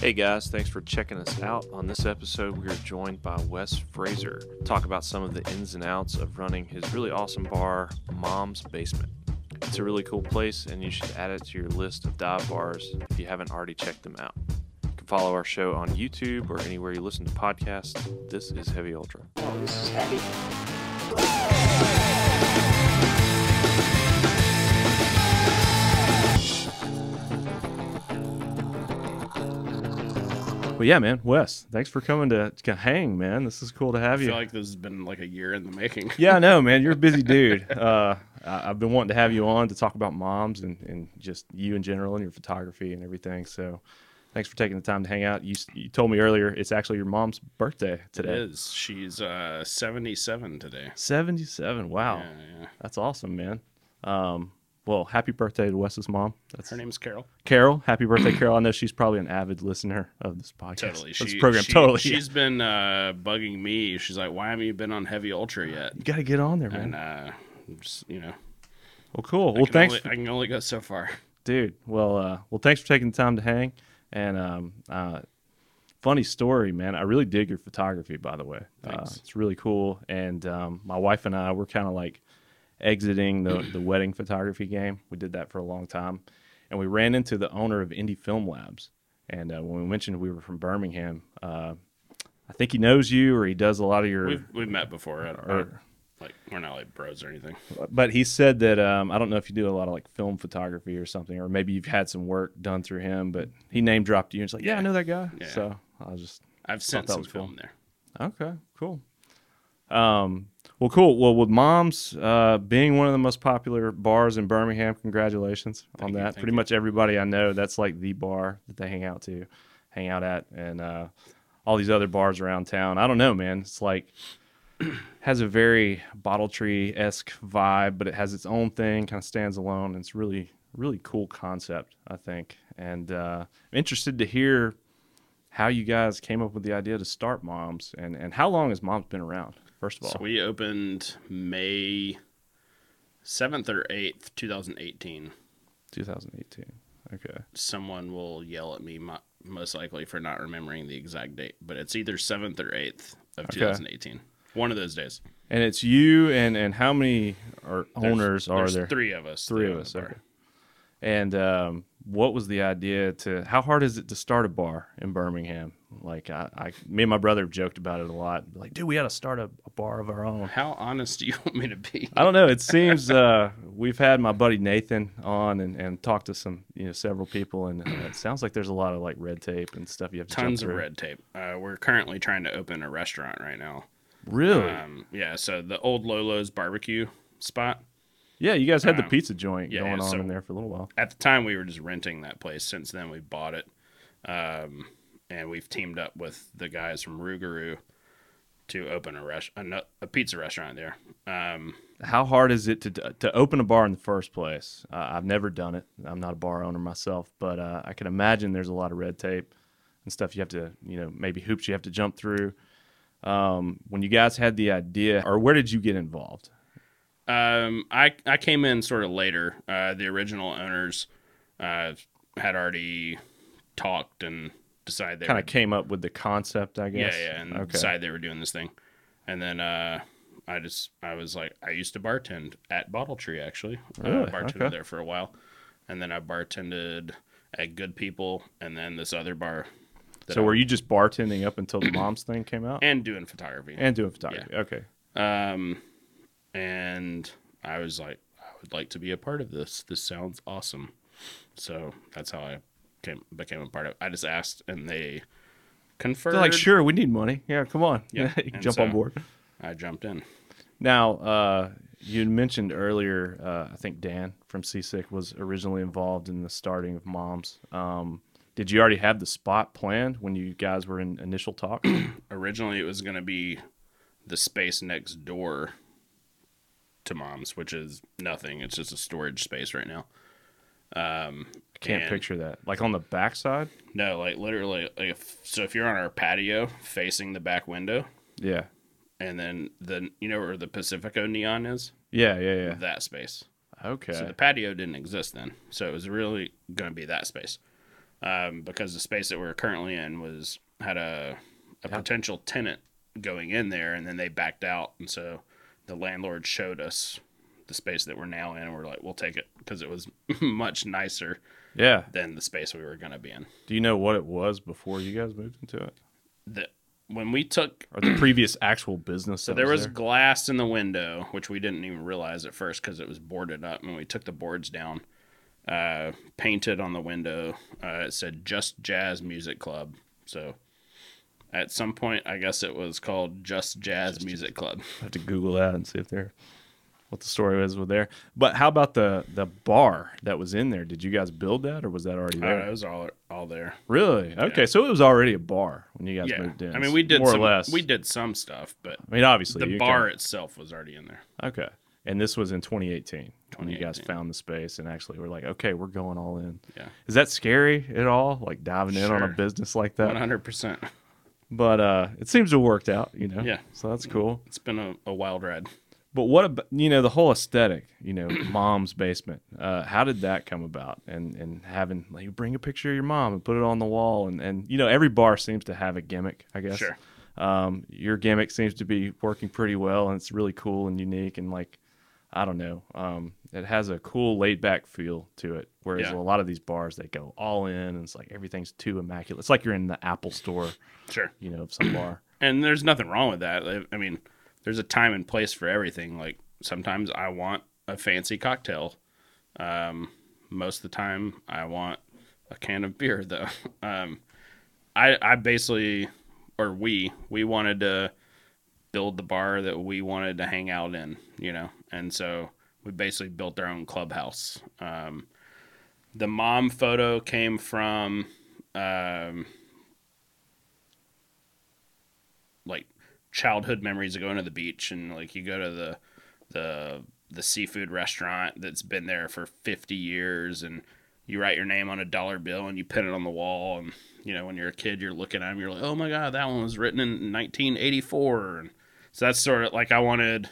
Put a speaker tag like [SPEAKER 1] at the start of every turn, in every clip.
[SPEAKER 1] Hey guys, thanks for checking us out. On this episode, we are joined by Wes Fraser. Talk about some of the ins and outs of running his really awesome bar, Mom's Basement. It's a really cool place, and you should add it to your list of dive bars if you haven't already checked them out. You can follow our show on YouTube or anywhere you listen to podcasts. This is Heavy Ultra.
[SPEAKER 2] Oh, this is heavy.
[SPEAKER 1] Well, yeah, man, Wes, thanks for coming to, to hang, man. This is cool to have
[SPEAKER 3] I
[SPEAKER 1] you.
[SPEAKER 3] feel like this has been like a year in the making.
[SPEAKER 1] yeah, I know, man. You're a busy dude. Uh, I- I've been wanting to have you on to talk about moms and, and just you in general and your photography and everything. So, thanks for taking the time to hang out. You, s- you told me earlier it's actually your mom's birthday
[SPEAKER 3] It
[SPEAKER 1] today.
[SPEAKER 3] is. She's uh, 77 today.
[SPEAKER 1] 77. Wow.
[SPEAKER 3] Yeah, yeah.
[SPEAKER 1] That's awesome, man. Um, well, happy birthday to Wes's mom. That's
[SPEAKER 3] Her name's Carol.
[SPEAKER 1] Carol. Happy birthday, Carol. I know she's probably an avid listener of this podcast.
[SPEAKER 3] Totally.
[SPEAKER 1] This
[SPEAKER 3] She,
[SPEAKER 1] program.
[SPEAKER 3] she-
[SPEAKER 1] totally.
[SPEAKER 3] She's been uh, bugging me. She's like, why haven't you been on Heavy Ultra yet?
[SPEAKER 1] you got to get on there, man.
[SPEAKER 3] And uh, I'm just, you know,
[SPEAKER 1] well, cool.
[SPEAKER 3] I
[SPEAKER 1] Well,
[SPEAKER 3] can
[SPEAKER 1] thanks.
[SPEAKER 3] only-
[SPEAKER 1] for-
[SPEAKER 3] I can only go so far.
[SPEAKER 1] dude well uh well thanks for taking the time to hang and um uh funny story man i really dig your photography by the way uh,
[SPEAKER 3] Thanks.
[SPEAKER 1] it's really cool and um my wife and i we're kind of like exiting the the wedding photography game we did that for a long time and we ran into the owner of indie film labs and uh, when we mentioned we were from birmingham uh i think he knows you or he does a lot of your
[SPEAKER 3] We've, we've met before. I don't- I don't-
[SPEAKER 1] or,
[SPEAKER 3] like, we're not like bros or anything.
[SPEAKER 1] but he said that um, I don't know if you do a lot of like film photography or something, or maybe you've had some work done through him. But he name dropped you and it's like, yeah, I know that guy.
[SPEAKER 3] Yeah.
[SPEAKER 1] So I was just
[SPEAKER 3] I've sent
[SPEAKER 1] that
[SPEAKER 3] some
[SPEAKER 1] was cool.
[SPEAKER 3] film there.
[SPEAKER 1] okay, cool. Um, well, cool. Well, with Mom's uh, being one of the most popular bars in Birmingham, congratulations on
[SPEAKER 3] Thank you,
[SPEAKER 1] that.
[SPEAKER 3] thank
[SPEAKER 1] Pretty
[SPEAKER 3] you.
[SPEAKER 1] much everybody I know that's like the bar that they hang out to, hang out at, and uh, all these other bars around town. I don't know, man. It's like has a very bottle tree esque vibe, but it has its own thing, kind of stands alone. And it's really, really cool concept, I think. And uh, I'm interested to hear how you guys came up with the idea to start Moms and, and how long has Moms been around, first of all?
[SPEAKER 3] So we opened May 7th or 8th, 2018.
[SPEAKER 1] 2018. Okay.
[SPEAKER 3] someone will yell at me mo- most likely for not remembering the exact date, but it's either 7th or 8th of 2018. One of those days.
[SPEAKER 1] And it's you and, and how many are
[SPEAKER 3] There's-
[SPEAKER 1] owners are
[SPEAKER 3] there's
[SPEAKER 1] there?
[SPEAKER 3] Three of us.
[SPEAKER 1] Three
[SPEAKER 3] that
[SPEAKER 1] of
[SPEAKER 3] own
[SPEAKER 1] us.
[SPEAKER 3] the bar.
[SPEAKER 1] Okay. And um, what was the idea to? How hard is it to start a bar in Birmingham? Like I, I me and my brother have joked about it a lot. Like, dude, we got to start a, a bar of our own.
[SPEAKER 3] How honest do you want me to be?
[SPEAKER 1] I don't know. It seems uh, we've had my buddy Nathan on and, and talked to some, you know, several people, and uh, it sounds like there's a lot of like red tape and stuff you have to jump
[SPEAKER 3] Tons of
[SPEAKER 1] through.
[SPEAKER 3] red tape. Uh, we're currently trying to open a restaurant right now.
[SPEAKER 1] Really?
[SPEAKER 3] Um, yeah, so the old Lolo's barbecue spot.
[SPEAKER 1] yeah, you guys had the
[SPEAKER 3] um,
[SPEAKER 1] pizza joint
[SPEAKER 3] yeah,
[SPEAKER 1] going on
[SPEAKER 3] so-
[SPEAKER 1] in there for a little while.
[SPEAKER 3] At the time, we were just renting that place. Since then, we bought it. Um, and we've teamed up with the guys from Rougarou to open a, res- a, nu- a pizza restaurant there. Um,
[SPEAKER 1] how hard is it to to open a bar in the first place? Uh, I've never done it. I'm not a bar owner myself, but uh, I can imagine there's a lot of red tape and stuff you have to, you know, maybe hoops you have to jump through. Um, when you guys had the idea, or where did you get involved?
[SPEAKER 3] Um, I I came in sort of later. Uh, the original owners uh, had already talked and decided they
[SPEAKER 1] Kind
[SPEAKER 3] were,
[SPEAKER 1] of came up with the concept, I guess.
[SPEAKER 3] yeah yeah and
[SPEAKER 1] okay.
[SPEAKER 3] decided they were doing this thing. And then uh, I just I was like I used to bartend at Bottle Tree actually.
[SPEAKER 1] Really?
[SPEAKER 3] I bartended
[SPEAKER 1] Okay.
[SPEAKER 3] there for a while, and then I bartended at Good People, and then this other bar. that
[SPEAKER 1] So
[SPEAKER 3] I-
[SPEAKER 1] were you just bartending up until the moms thing came out
[SPEAKER 3] and doing photography?
[SPEAKER 1] and doing photography? Okay.
[SPEAKER 3] Um, and I was like, I would like to be a part of this. This sounds awesome. So that's how I came became a part of. It. I just asked, and they confirmed.
[SPEAKER 1] They're like, sure, we need money. Yeah, come on.
[SPEAKER 3] Yeah, and
[SPEAKER 1] jump on
[SPEAKER 3] so-
[SPEAKER 1] board.
[SPEAKER 3] I jumped in.
[SPEAKER 1] Now, uh, you had mentioned earlier, uh, I think Dan from Seasick was originally involved in the starting of Moms. Um, did you already have the spot planned when you guys were in initial talks?
[SPEAKER 3] Originally, it was going to be the space next door to Mom's, which is nothing. It's just a storage space right now.
[SPEAKER 1] Can't
[SPEAKER 3] And-
[SPEAKER 1] picture that. Like on the backside?
[SPEAKER 3] No, like literally, like if, so if you're on our patio facing the back window,
[SPEAKER 1] Yeah.
[SPEAKER 3] and then the you know where the Pacifico neon is,
[SPEAKER 1] Yeah, yeah, yeah.
[SPEAKER 3] that space.
[SPEAKER 1] Okay.
[SPEAKER 3] So the patio didn't exist then. So it was really going to be that space. um, because the space that we're currently in was had a a
[SPEAKER 1] Yeah.
[SPEAKER 3] potential tenant going in there, and then they backed out, and so the landlord showed us the space that we're now in, and we're like, we'll take it because it was much nicer
[SPEAKER 1] Yeah.
[SPEAKER 3] than the space we were going to be in.
[SPEAKER 1] Do you know what it was before you guys moved into it?
[SPEAKER 3] The, when we took
[SPEAKER 1] Or the previous actual business?
[SPEAKER 3] So
[SPEAKER 1] that
[SPEAKER 3] there was
[SPEAKER 1] there?
[SPEAKER 3] glass in the window, which we didn't even realize at first because it was boarded up. And we took the boards down, uh, painted on the window. Uh, it said Just Jazz Music Club. So at some point, I guess it was called Just Jazz Music Club.
[SPEAKER 1] I have to Google that and see if they're what the story was with there. But how about the the bar that was in there? Did you guys build that or was that already there?
[SPEAKER 3] Uh, it was all all there.
[SPEAKER 1] Really? Okay, so it was already a bar when you guys
[SPEAKER 3] yeah,
[SPEAKER 1] moved in.
[SPEAKER 3] I mean we did
[SPEAKER 1] more
[SPEAKER 3] some,
[SPEAKER 1] or less.
[SPEAKER 3] We did some stuff, but
[SPEAKER 1] I mean, obviously
[SPEAKER 3] the
[SPEAKER 1] you
[SPEAKER 3] bar itself was already in there.
[SPEAKER 1] can- okay, and this was in 2018 when you guys
[SPEAKER 3] 2018.
[SPEAKER 1] found the space and actually were like, okay, we're going all in.
[SPEAKER 3] Yeah,
[SPEAKER 1] Is that scary at all? Like diving in on a
[SPEAKER 3] Sure.
[SPEAKER 1] business like
[SPEAKER 3] one
[SPEAKER 1] that?
[SPEAKER 3] hundred percent.
[SPEAKER 1] But uh, it seems to have worked out, you know.
[SPEAKER 3] Yeah.
[SPEAKER 1] So that's cool.
[SPEAKER 3] It's been a, a wild ride.
[SPEAKER 1] But what about you know the whole aesthetic? You know, mom's basement. Uh, how did that come about? And and having like you bring a picture of your mom and put it on the wall, and and you know every bar seems to have a gimmick. I guess.
[SPEAKER 3] Sure.
[SPEAKER 1] Um, your gimmick seems to be working pretty well, and it's really cool and unique, and like I don't know, um, it has a cool laid back feel to it. Whereas
[SPEAKER 3] Yeah.
[SPEAKER 1] a lot of these bars they go all in, and it's like everything's too immaculate. It's like you're in the Apple store,
[SPEAKER 3] Sure.
[SPEAKER 1] you know, of some bar.
[SPEAKER 3] and there's nothing wrong with that. I- I mean, there's a time and place for everything. Like sometimes I want a fancy cocktail. Um, most of the time I want a can of beer though. Um, I, I basically, or we, we wanted to build the bar that we wanted to hang out in, you know? And so we basically built our own clubhouse. Um, the mom photo came from, um, like childhood memories of going to the beach and like you go to the the the seafood restaurant that's been there for 50 years and you write your name on a dollar bill and you pin it on the wall and you know when you're a kid you're looking at them you're like oh my god that one was written in 1984 and so that's sort of like i wanted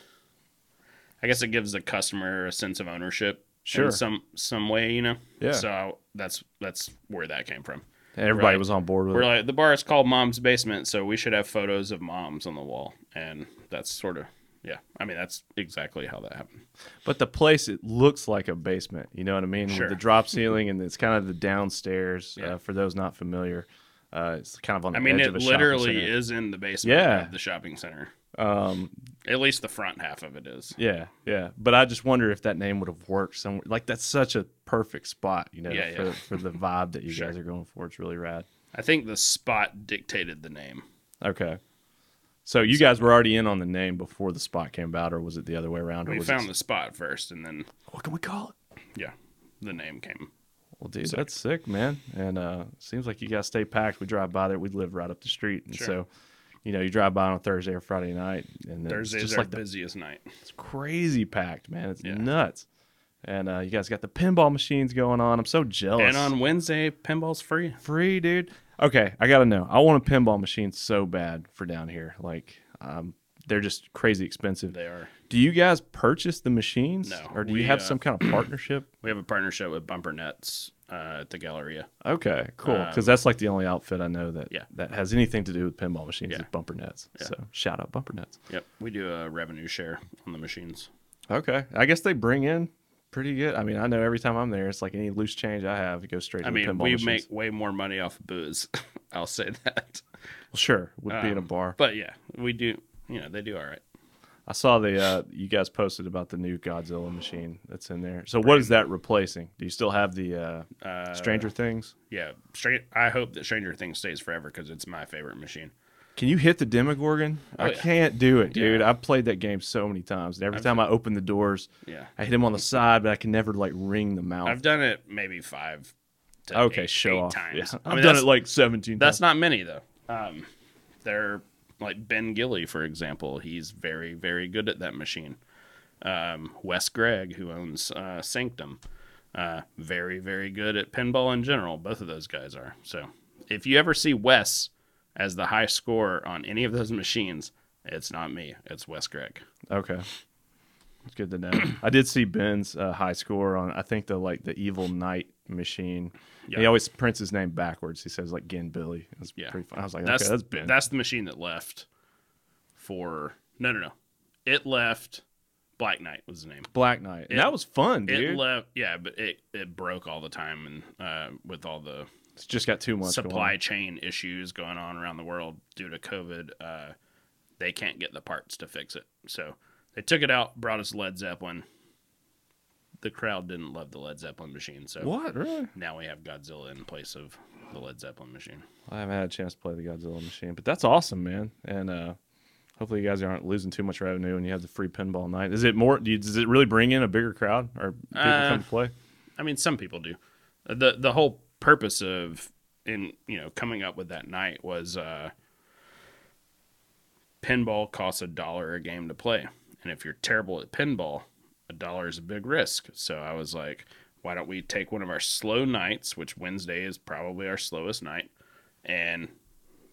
[SPEAKER 3] i guess it gives the customer a sense of ownership
[SPEAKER 1] Sure.
[SPEAKER 3] in some some way you know
[SPEAKER 1] Yeah.
[SPEAKER 3] so that's that's where that came from
[SPEAKER 1] And everybody
[SPEAKER 3] Right.
[SPEAKER 1] was on board with
[SPEAKER 3] we're
[SPEAKER 1] it.
[SPEAKER 3] like the bar is called Mom's Basement, so we should have photos of moms on the wall, and that's sort of yeah. I mean, that's exactly how that happened.
[SPEAKER 1] But the place it looks like a basement. You know what I mean?
[SPEAKER 3] Sure.
[SPEAKER 1] With the drop ceiling and it's kind of the downstairs.
[SPEAKER 3] Yeah.
[SPEAKER 1] Uh, for those not familiar, uh, it's kind of on the
[SPEAKER 3] I mean,
[SPEAKER 1] edge
[SPEAKER 3] it
[SPEAKER 1] of a shopping
[SPEAKER 3] literally
[SPEAKER 1] center.
[SPEAKER 3] is in the basement
[SPEAKER 1] Yeah.
[SPEAKER 3] of the shopping center.
[SPEAKER 1] Um,
[SPEAKER 3] At least the front half of it is.
[SPEAKER 1] yeah, yeah. But I just wonder if that name would have worked somewhere. Like that's such a perfect spot. You know,
[SPEAKER 3] Yeah,
[SPEAKER 1] for,
[SPEAKER 3] yeah.
[SPEAKER 1] for the vibe that you
[SPEAKER 3] Sure.
[SPEAKER 1] guys are going for. It's really rad.
[SPEAKER 3] I think the spot dictated the name.
[SPEAKER 1] Okay. So you guys were already in on the name before the spot came about, or was it the other way around? Or
[SPEAKER 3] We
[SPEAKER 1] was
[SPEAKER 3] found
[SPEAKER 1] it,
[SPEAKER 3] the spot first, and then
[SPEAKER 1] what can we call it?
[SPEAKER 3] yeah, the name came.
[SPEAKER 1] Well, dude, that's sick, man. And uh, seems like you guys stay packed. We drive by there. We live right up the street, and
[SPEAKER 3] Sure.
[SPEAKER 1] so you know you drive by on a Thursday or Friday night, and then
[SPEAKER 3] Thursday's
[SPEAKER 1] it's just
[SPEAKER 3] our
[SPEAKER 1] like the,
[SPEAKER 3] busiest night.
[SPEAKER 1] it's crazy packed, man. It's
[SPEAKER 3] Yeah.
[SPEAKER 1] nuts. And uh, you guys got the pinball machines going on. I'm so jealous.
[SPEAKER 3] And on Wednesday, pinball's free.
[SPEAKER 1] free, dude. Okay, I gotta know. I want a pinball machine so bad for down here. Like, um, they're just crazy expensive.
[SPEAKER 3] They are.
[SPEAKER 1] Do you guys purchase the machines,
[SPEAKER 3] No,
[SPEAKER 1] or do
[SPEAKER 3] we,
[SPEAKER 1] you have
[SPEAKER 3] uh,
[SPEAKER 1] some kind of partnership?
[SPEAKER 3] We have a partnership with Bumper Nets uh, at the Galleria.
[SPEAKER 1] Okay, cool. Because that's like the only outfit I know that
[SPEAKER 3] Um, Yeah.
[SPEAKER 1] that has anything to do with pinball machines
[SPEAKER 3] Yeah.
[SPEAKER 1] is bumper nets.
[SPEAKER 3] Yeah.
[SPEAKER 1] So shout out bumper nets.
[SPEAKER 3] Yep, we do a revenue share on the machines.
[SPEAKER 1] Okay, I guess they bring in pretty good. I mean, I know every time I'm there, it's like any loose change I have, it goes straight. To
[SPEAKER 3] I mean,
[SPEAKER 1] the pinball
[SPEAKER 3] we
[SPEAKER 1] machines.
[SPEAKER 3] make way more money off booze. I'll say that.
[SPEAKER 1] Well, sure would be in a
[SPEAKER 3] Um,
[SPEAKER 1] bar.
[SPEAKER 3] But yeah, we do. You know, they do all right.
[SPEAKER 1] I saw the uh, you guys posted about the new Godzilla machine that's in there. So what is that replacing? Do you still have the uh,
[SPEAKER 3] Uh,
[SPEAKER 1] Stranger Things?
[SPEAKER 3] Yeah, straight. I hope that Stranger Things stays forever because it's my favorite machine.
[SPEAKER 1] Can you hit the Demogorgon?
[SPEAKER 3] Oh,
[SPEAKER 1] I
[SPEAKER 3] yeah.
[SPEAKER 1] can't do it, dude. I've played that game so many times, and every time I open the doors,
[SPEAKER 3] Yeah,
[SPEAKER 1] I hit him on the side, but I can never like ring the mouth.
[SPEAKER 3] I've done it maybe five. To
[SPEAKER 1] okay,
[SPEAKER 3] eight,
[SPEAKER 1] show
[SPEAKER 3] eight
[SPEAKER 1] off.
[SPEAKER 3] Times.
[SPEAKER 1] Yeah.
[SPEAKER 3] I
[SPEAKER 1] I've
[SPEAKER 3] mean,
[SPEAKER 1] done
[SPEAKER 3] that's-
[SPEAKER 1] it like seventeen.
[SPEAKER 3] That's not
[SPEAKER 1] times.
[SPEAKER 3] many though. Um, they're like Ben Gilly, for example. He's very, very good at that machine. Um, Wes Gregg, who owns uh, Sanctum, uh, very, very good at pinball in general. Both of those guys are. So if you ever see Wes as the high scorer on any of those machines, it's not me. It's Wes Gregg.
[SPEAKER 1] okay. It's good to know. I did see Ben's uh, high score on I think the like the Evil Knight machine.
[SPEAKER 3] Yeah.
[SPEAKER 1] He always prints his name backwards. He says like Gin Billy. It was
[SPEAKER 3] Yeah.
[SPEAKER 1] pretty fun. I was like,
[SPEAKER 3] That's
[SPEAKER 1] okay, that's Ben.
[SPEAKER 3] that's the machine that left for no no no. It left Black Knight was the name.
[SPEAKER 1] Black Knight. And
[SPEAKER 3] It-
[SPEAKER 1] that was fun,
[SPEAKER 3] It
[SPEAKER 1] dude.
[SPEAKER 3] left yeah, but it, it broke all the time and uh, with all the
[SPEAKER 1] it's just got too much going
[SPEAKER 3] supply
[SPEAKER 1] on.
[SPEAKER 3] chain issues going on around the world due to COVID, uh, they can't get the parts to fix it. So they took it out, brought us Led Zeppelin. The crowd didn't love the Led Zeppelin machine, so
[SPEAKER 1] What really?
[SPEAKER 3] now we have Godzilla in place of the Led Zeppelin machine.
[SPEAKER 1] I haven't had a chance to play the Godzilla machine, but that's awesome, man. And uh, hopefully, you guys aren't losing too much revenue, and you have the free pinball night. Is it more? do you- Does it really bring in a bigger crowd, or people
[SPEAKER 3] Uh,
[SPEAKER 1] come to play?
[SPEAKER 3] I mean, some people do. Uh, the The whole purpose of in you know coming up with that night was uh, pinball costs a dollar a game to play, and if you're terrible at pinball, a dollar is a big risk. So I was like, why don't we take one of our slow nights, which Wednesday is probably our slowest night, and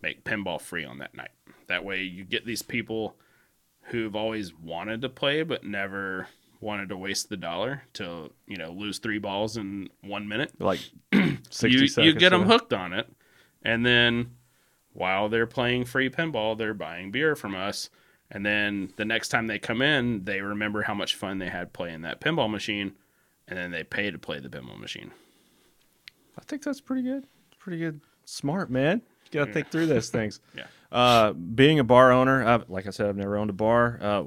[SPEAKER 3] make pinball free on that night. That way, you get these people who've always wanted to play but never wanted to waste the dollar to you know lose three balls in one minute
[SPEAKER 1] Like sixty
[SPEAKER 3] you,
[SPEAKER 1] seconds.
[SPEAKER 3] you get them
[SPEAKER 1] to-
[SPEAKER 3] hooked on it and then while they're playing free pinball they're buying beer from us and then the next time they come in they remember how much fun they had playing that pinball machine and then they pay to play the pinball machine
[SPEAKER 1] I think that's pretty good. Pretty good. Smart man. You got to think through those things.
[SPEAKER 3] Yeah.
[SPEAKER 1] Uh, being a bar owner, I've, like I said, I've never owned a bar. Uh,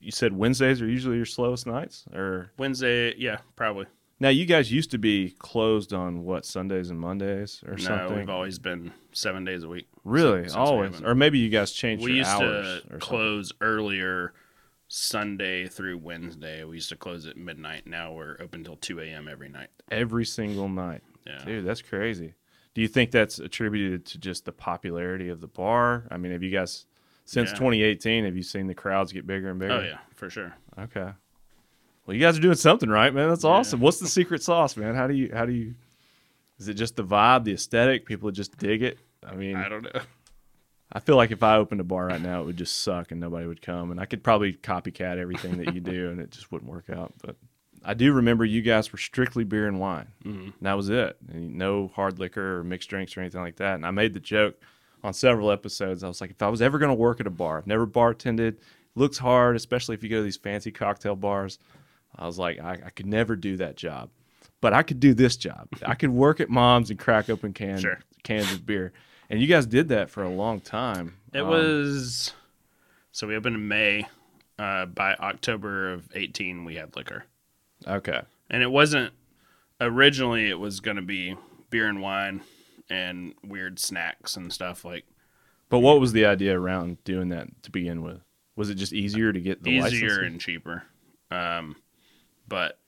[SPEAKER 1] you said Wednesdays are usually your slowest nights, or
[SPEAKER 3] wednesday yeah probably
[SPEAKER 1] now you guys used to be closed on what Sundays and Mondays or
[SPEAKER 3] no
[SPEAKER 1] something.
[SPEAKER 3] we've always been seven days a week
[SPEAKER 1] Really,
[SPEAKER 3] since we
[SPEAKER 1] always,
[SPEAKER 3] haven't-
[SPEAKER 1] or maybe you guys changed
[SPEAKER 3] we
[SPEAKER 1] your
[SPEAKER 3] used
[SPEAKER 1] hours.
[SPEAKER 3] to
[SPEAKER 1] or something.
[SPEAKER 3] close earlier sunday through wednesday we used to close at midnight now we're open till 2 a.m every night
[SPEAKER 1] every single night.
[SPEAKER 3] yeah
[SPEAKER 1] Dude, that's crazy. Do you think that's attributed to just the popularity of the bar? I mean, have you guys since
[SPEAKER 3] Yeah.
[SPEAKER 1] 2018 have you seen the crowds get bigger and bigger?
[SPEAKER 3] oh yeah for sure
[SPEAKER 1] Okay. Well, you guys are doing something right, man. That's awesome. What's the secret sauce, man? How do you how do you is it just the vibe, the aesthetic? People just dig it. I mean,
[SPEAKER 3] i
[SPEAKER 1] I,
[SPEAKER 3] don't know
[SPEAKER 1] feel like if I opened a bar right now, it would just suck and nobody would come. And I could probably copycat everything that you do, and it just wouldn't work out. But I do remember you guys were strictly beer and wine.
[SPEAKER 3] Mhm.
[SPEAKER 1] And that was it. And no hard liquor or mixed drinks or anything like that. And I made the joke on several episodes. I was like, if I was ever going to work at a bar, I've never bartended. Looks hard, especially if you go to these fancy cocktail bars. I was like, I, I could never do that job, but I could do this job. I could work at mom's and crack open cans
[SPEAKER 3] Sure.
[SPEAKER 1] cans of beer. And you guys did that for a long time.
[SPEAKER 3] It
[SPEAKER 1] Um,
[SPEAKER 3] was so we opened in May. Uh, by October of eighteen, we had liquor,
[SPEAKER 1] okay.
[SPEAKER 3] and it wasn't originally. It was going to be beer and wine and weird snacks and stuff like
[SPEAKER 1] But what was the idea around doing that to begin with? Was it just easier to get the
[SPEAKER 3] easier
[SPEAKER 1] license?
[SPEAKER 3] and cheaper. Um, but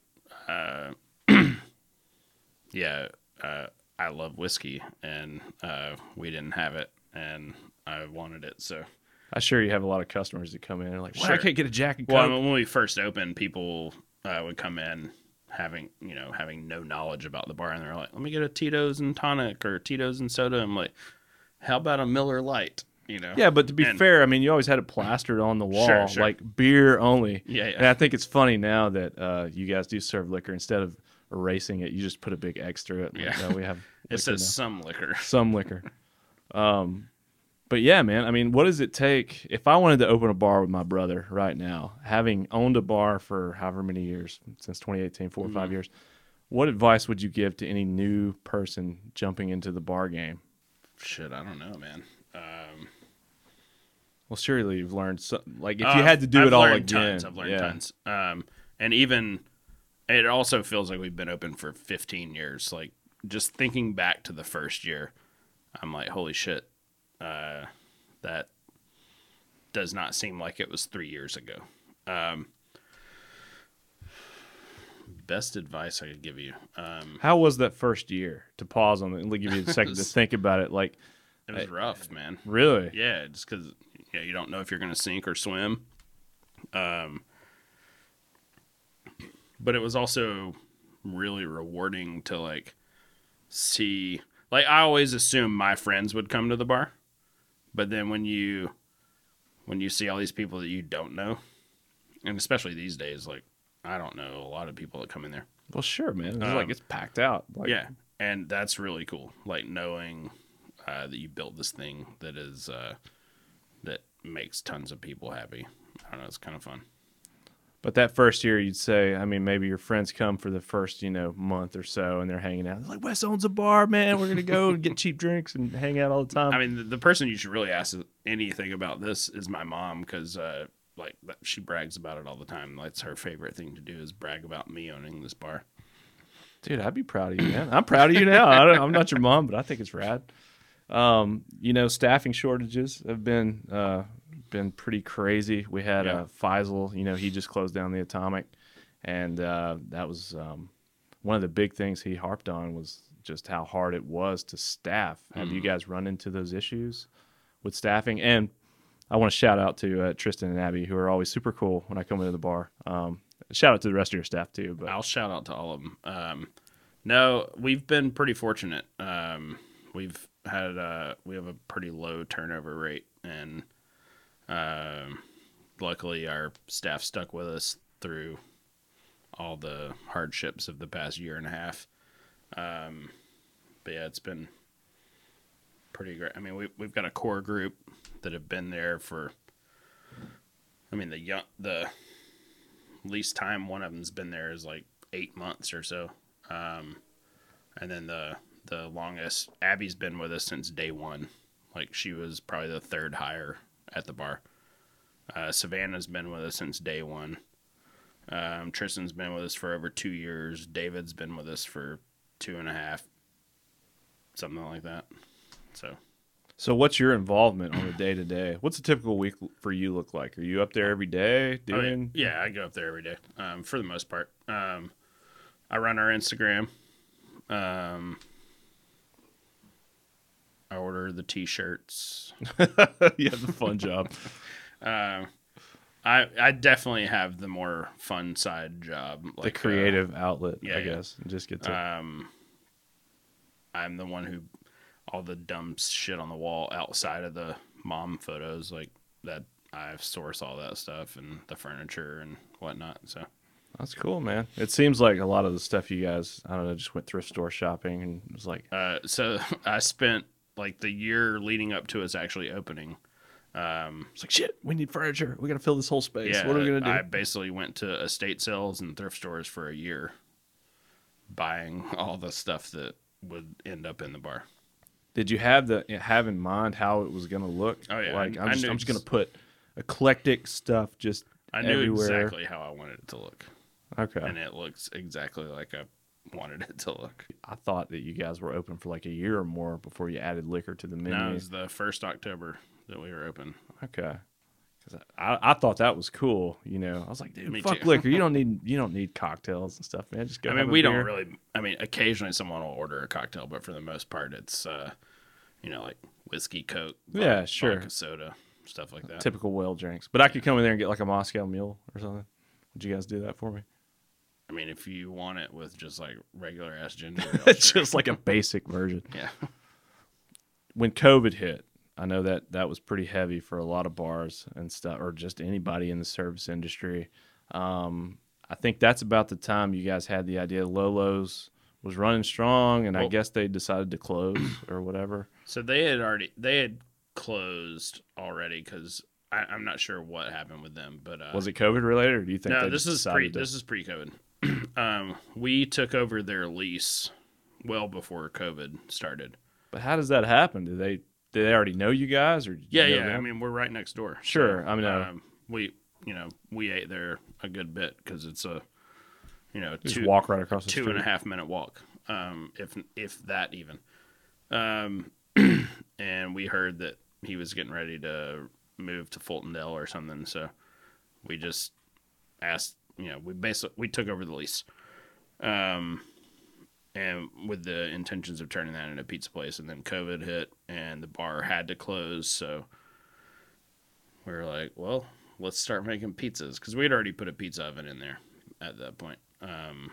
[SPEAKER 3] uh, yeah, uh, I love whiskey, and uh, we didn't have it, and I wanted it so.
[SPEAKER 1] I'm sure you have a lot of customers that come in and are like, "Why I
[SPEAKER 3] Sure.
[SPEAKER 1] can't get a Jack and Coke?"
[SPEAKER 3] Well, I mean, when we first opened, people uh, would come in having you know having no knowledge about the bar, and they're like, "Let me get a Tito's and tonic or Tito's and soda." I'm like, "How about a Miller Light?" You know?
[SPEAKER 1] Yeah, but to be
[SPEAKER 3] And-
[SPEAKER 1] fair, I mean, you always had it plastered on the wall,
[SPEAKER 3] Sure, sure.
[SPEAKER 1] like beer only.
[SPEAKER 3] yeah,
[SPEAKER 1] And
[SPEAKER 3] yeah.
[SPEAKER 1] I think it's funny now that uh, you guys do serve liquor instead of erasing it, you just put a big X through it. Like,
[SPEAKER 3] Yeah.
[SPEAKER 1] no, we have
[SPEAKER 3] It
[SPEAKER 1] liquor
[SPEAKER 3] says
[SPEAKER 1] now.
[SPEAKER 3] some liquor.
[SPEAKER 1] some liquor. Um, but yeah, man. I mean, what does it take if I wanted to open a bar with my brother right now, having owned a bar for however many years since 2018, 4 or
[SPEAKER 3] Mm-hmm.
[SPEAKER 1] five years? What advice would you give to any new person jumping into the bar game?
[SPEAKER 3] Shit, I don't know, man. Um,
[SPEAKER 1] Well, surely you've learned something. Like if
[SPEAKER 3] uh,
[SPEAKER 1] you had to do
[SPEAKER 3] I've
[SPEAKER 1] it all
[SPEAKER 3] learned
[SPEAKER 1] again,
[SPEAKER 3] tons. I've learned
[SPEAKER 1] yeah.
[SPEAKER 3] tons. Um, and even it also feels like we've been open for 15 years. Like just thinking back to the first year, I'm like, holy shit, uh, that does not seem like it was three years ago. Um, best advice I could give you. Um,
[SPEAKER 1] How was that first year? To pause on it, and give you a second to think about it. Like
[SPEAKER 3] it was rough, man.
[SPEAKER 1] really,
[SPEAKER 3] Yeah, just because you, know, you don't know if you're going to sink or swim. Um, but it was also really rewarding to like see. Like I always assume my friends would come to the bar, but then when you when you see all these people that you don't know, and especially these days, like I don't know a lot of people that come in there.
[SPEAKER 1] Well, sure, man. It's
[SPEAKER 3] Um,
[SPEAKER 1] like it's packed out. Like,
[SPEAKER 3] yeah, and that's really cool. Like knowing uh, that you built this thing that is uh, that makes tons of people happy. I don't know. It's kind of fun.
[SPEAKER 1] But that first year, you'd say, I mean, maybe your friends come for the first, you know, month or so, and they're hanging out. They're like Wes owns a bar, man. We're gonna go and get cheap drinks and hang out all the time.
[SPEAKER 3] I mean, the, the person you should really ask anything about this is my mom because, uh, like, that- she brags about it all the time. That's her favorite thing to do is brag about me owning this bar.
[SPEAKER 1] Dude, I'd be proud of you, man. I'm proud of you now. I don't, I'm not your mom, but I think it's rad. Um, you know, staffing shortages have been uh, been pretty crazy. We had
[SPEAKER 3] Yeah.
[SPEAKER 1] uh, Faisal, you know, he just closed down the Atomic, and uh, that was um, one of the big things he harped on was just how hard it was to staff. Have you guys run into those issues with staffing? And I want to shout out to uh, Tristan and Abby, who are always super cool when I come into the bar. Um, shout out to the rest of your staff too. But
[SPEAKER 3] I'll shout out to all of them. Um, no, we've been pretty fortunate. Um, we've had uh, we have a pretty low turnover rate, and um, luckily our staff stuck with us through all the hardships of the past year and a half. Um, but yeah, it's been pretty great. I mean, we we've got a core group that have been there for. I mean, the young the least time one of them's been there is like eight months or so. Um, and then the the longest Abby's been with us since day one. Like she was probably the third hire at the bar. Uh, Savannah's been with us since day one. Um, Tristan's been with us for over two years. David's been with us for two and a half, something like that. So
[SPEAKER 1] So, what's your involvement on a day to day? What's a typical week for you look like? Are you up there every day
[SPEAKER 3] Oh, yeah.
[SPEAKER 1] doing?
[SPEAKER 3] yeah, I go up there every day um, for the most part. Um, I run our Instagram. Um, I order the t-shirts.
[SPEAKER 1] you have the fun job.
[SPEAKER 3] Um, I I definitely have the more fun side job,
[SPEAKER 1] the
[SPEAKER 3] like, uh,
[SPEAKER 1] creative outlet,
[SPEAKER 3] yeah,
[SPEAKER 1] I
[SPEAKER 3] yeah.
[SPEAKER 1] guess. And just get to.
[SPEAKER 3] um, I'm the one who all the dumb shit on the wall outside of the mom photos, like that. I source all that stuff and the furniture and whatnot. So
[SPEAKER 1] That's cool, man. It seems like a lot of the stuff you guys, I don't know, just went thrift store shopping and it was like,
[SPEAKER 3] Uh, so I spent like the year leading up to us actually opening. Um,
[SPEAKER 1] it's like shit. We need furniture. We got to fill this whole space.
[SPEAKER 3] yeah,
[SPEAKER 1] what are we gonna do?
[SPEAKER 3] I basically went to estate sales and thrift stores for a year, buying all the stuff that would end up in the bar.
[SPEAKER 1] Did you have the have in mind how it was gonna look?
[SPEAKER 3] Oh, yeah,
[SPEAKER 1] Like
[SPEAKER 3] I-
[SPEAKER 1] I'm
[SPEAKER 3] I
[SPEAKER 1] just,
[SPEAKER 3] knew
[SPEAKER 1] I'm just
[SPEAKER 3] ex-
[SPEAKER 1] gonna put eclectic stuff just
[SPEAKER 3] I knew
[SPEAKER 1] everywhere.
[SPEAKER 3] exactly how I wanted it to look,
[SPEAKER 1] Okay.
[SPEAKER 3] and it looks exactly like I wanted it to look.
[SPEAKER 1] I thought that you guys were open for like a year or more before you added liquor to the menu.
[SPEAKER 3] Now is the first October that we were open.
[SPEAKER 1] Okay. Cause I, I thought that was cool. You know, I was like, dude,
[SPEAKER 3] Me
[SPEAKER 1] fuck
[SPEAKER 3] too.
[SPEAKER 1] liquor. You don't need you don't need cocktails and stuff, man. Just go.
[SPEAKER 3] I
[SPEAKER 1] have
[SPEAKER 3] mean,
[SPEAKER 1] a
[SPEAKER 3] we
[SPEAKER 1] beer."
[SPEAKER 3] don't really. I mean, occasionally someone will order a cocktail, but for the most part, it's uh, you know like whiskey, coke, vod-
[SPEAKER 1] Yeah, sure.
[SPEAKER 3] vodka soda, stuff like that.
[SPEAKER 1] typical whale drinks. But I could come in there and get like a Moscow Mule or something. Would you guys do that for me?
[SPEAKER 3] I mean, if you want it with just like regular ass ginger, ale,
[SPEAKER 1] It's
[SPEAKER 3] sure.
[SPEAKER 1] just like a basic version.
[SPEAKER 3] yeah,
[SPEAKER 1] When COVID hit, I know that that was pretty heavy for a lot of bars and stuff, or just anybody in the service industry. Um, I think that's about the time you guys had the idea. Lolo's was running strong, and I
[SPEAKER 3] Well-
[SPEAKER 1] guess they decided to close or whatever.
[SPEAKER 3] So they had already they had closed already because I'm not sure what happened with them, but uh,
[SPEAKER 1] Was it COVID related, or do you think?
[SPEAKER 3] no,
[SPEAKER 1] they
[SPEAKER 3] this
[SPEAKER 1] just
[SPEAKER 3] is pre
[SPEAKER 1] decided to-
[SPEAKER 3] this is pre COVID. um, we took over their lease well before COVID started.
[SPEAKER 1] But how does that happen? Do they do they already know you guys or? did you
[SPEAKER 3] Yeah,
[SPEAKER 1] know
[SPEAKER 3] yeah. I
[SPEAKER 1] them?
[SPEAKER 3] mean, we're right next door.
[SPEAKER 1] Sure, I mean, uh,
[SPEAKER 3] um, we you know we ate there a good bit because it's a you know
[SPEAKER 1] just
[SPEAKER 3] two
[SPEAKER 1] walk right across the
[SPEAKER 3] two
[SPEAKER 1] street.
[SPEAKER 3] and a half minute walk, um, if if that even. Um, and we heard that he was getting ready to move to Fultondale or something, so we just asked. You know, we basically we took over the lease, um, and with the intentions of turning that into a pizza place, and then COVID hit, and the bar had to close, so we were like, well, let's start making pizzas because we had already put a pizza oven in there at that point. Um,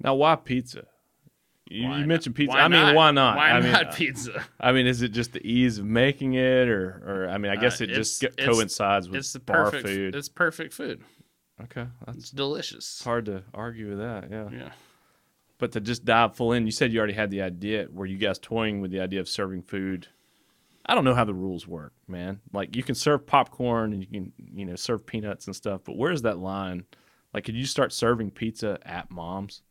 [SPEAKER 1] Now, why pizza? You,
[SPEAKER 3] why
[SPEAKER 1] you
[SPEAKER 3] not?
[SPEAKER 1] mentioned pizza.
[SPEAKER 3] Why
[SPEAKER 1] I mean, why not?
[SPEAKER 3] Why
[SPEAKER 1] I mean, uh,
[SPEAKER 3] not pizza?
[SPEAKER 1] I mean, is it just the ease of making it, or, or I mean, I guess
[SPEAKER 3] Uh,
[SPEAKER 1] it just
[SPEAKER 3] it's-
[SPEAKER 1] go-
[SPEAKER 3] it's-
[SPEAKER 1] coincides with
[SPEAKER 3] It's the
[SPEAKER 1] bar
[SPEAKER 3] perfect.
[SPEAKER 1] food.
[SPEAKER 3] It's perfect food.
[SPEAKER 1] Okay, that's
[SPEAKER 3] It's delicious.
[SPEAKER 1] it's hard to argue with that. Yeah.
[SPEAKER 3] Yeah.
[SPEAKER 1] But to just dive full in, you said you already had the idea. Were you guys toying with the idea of serving food? I don't know how the rules work, man. Like you can serve popcorn and you can, you know, serve peanuts and stuff, but where's that line? Like, could you start serving pizza at mom's?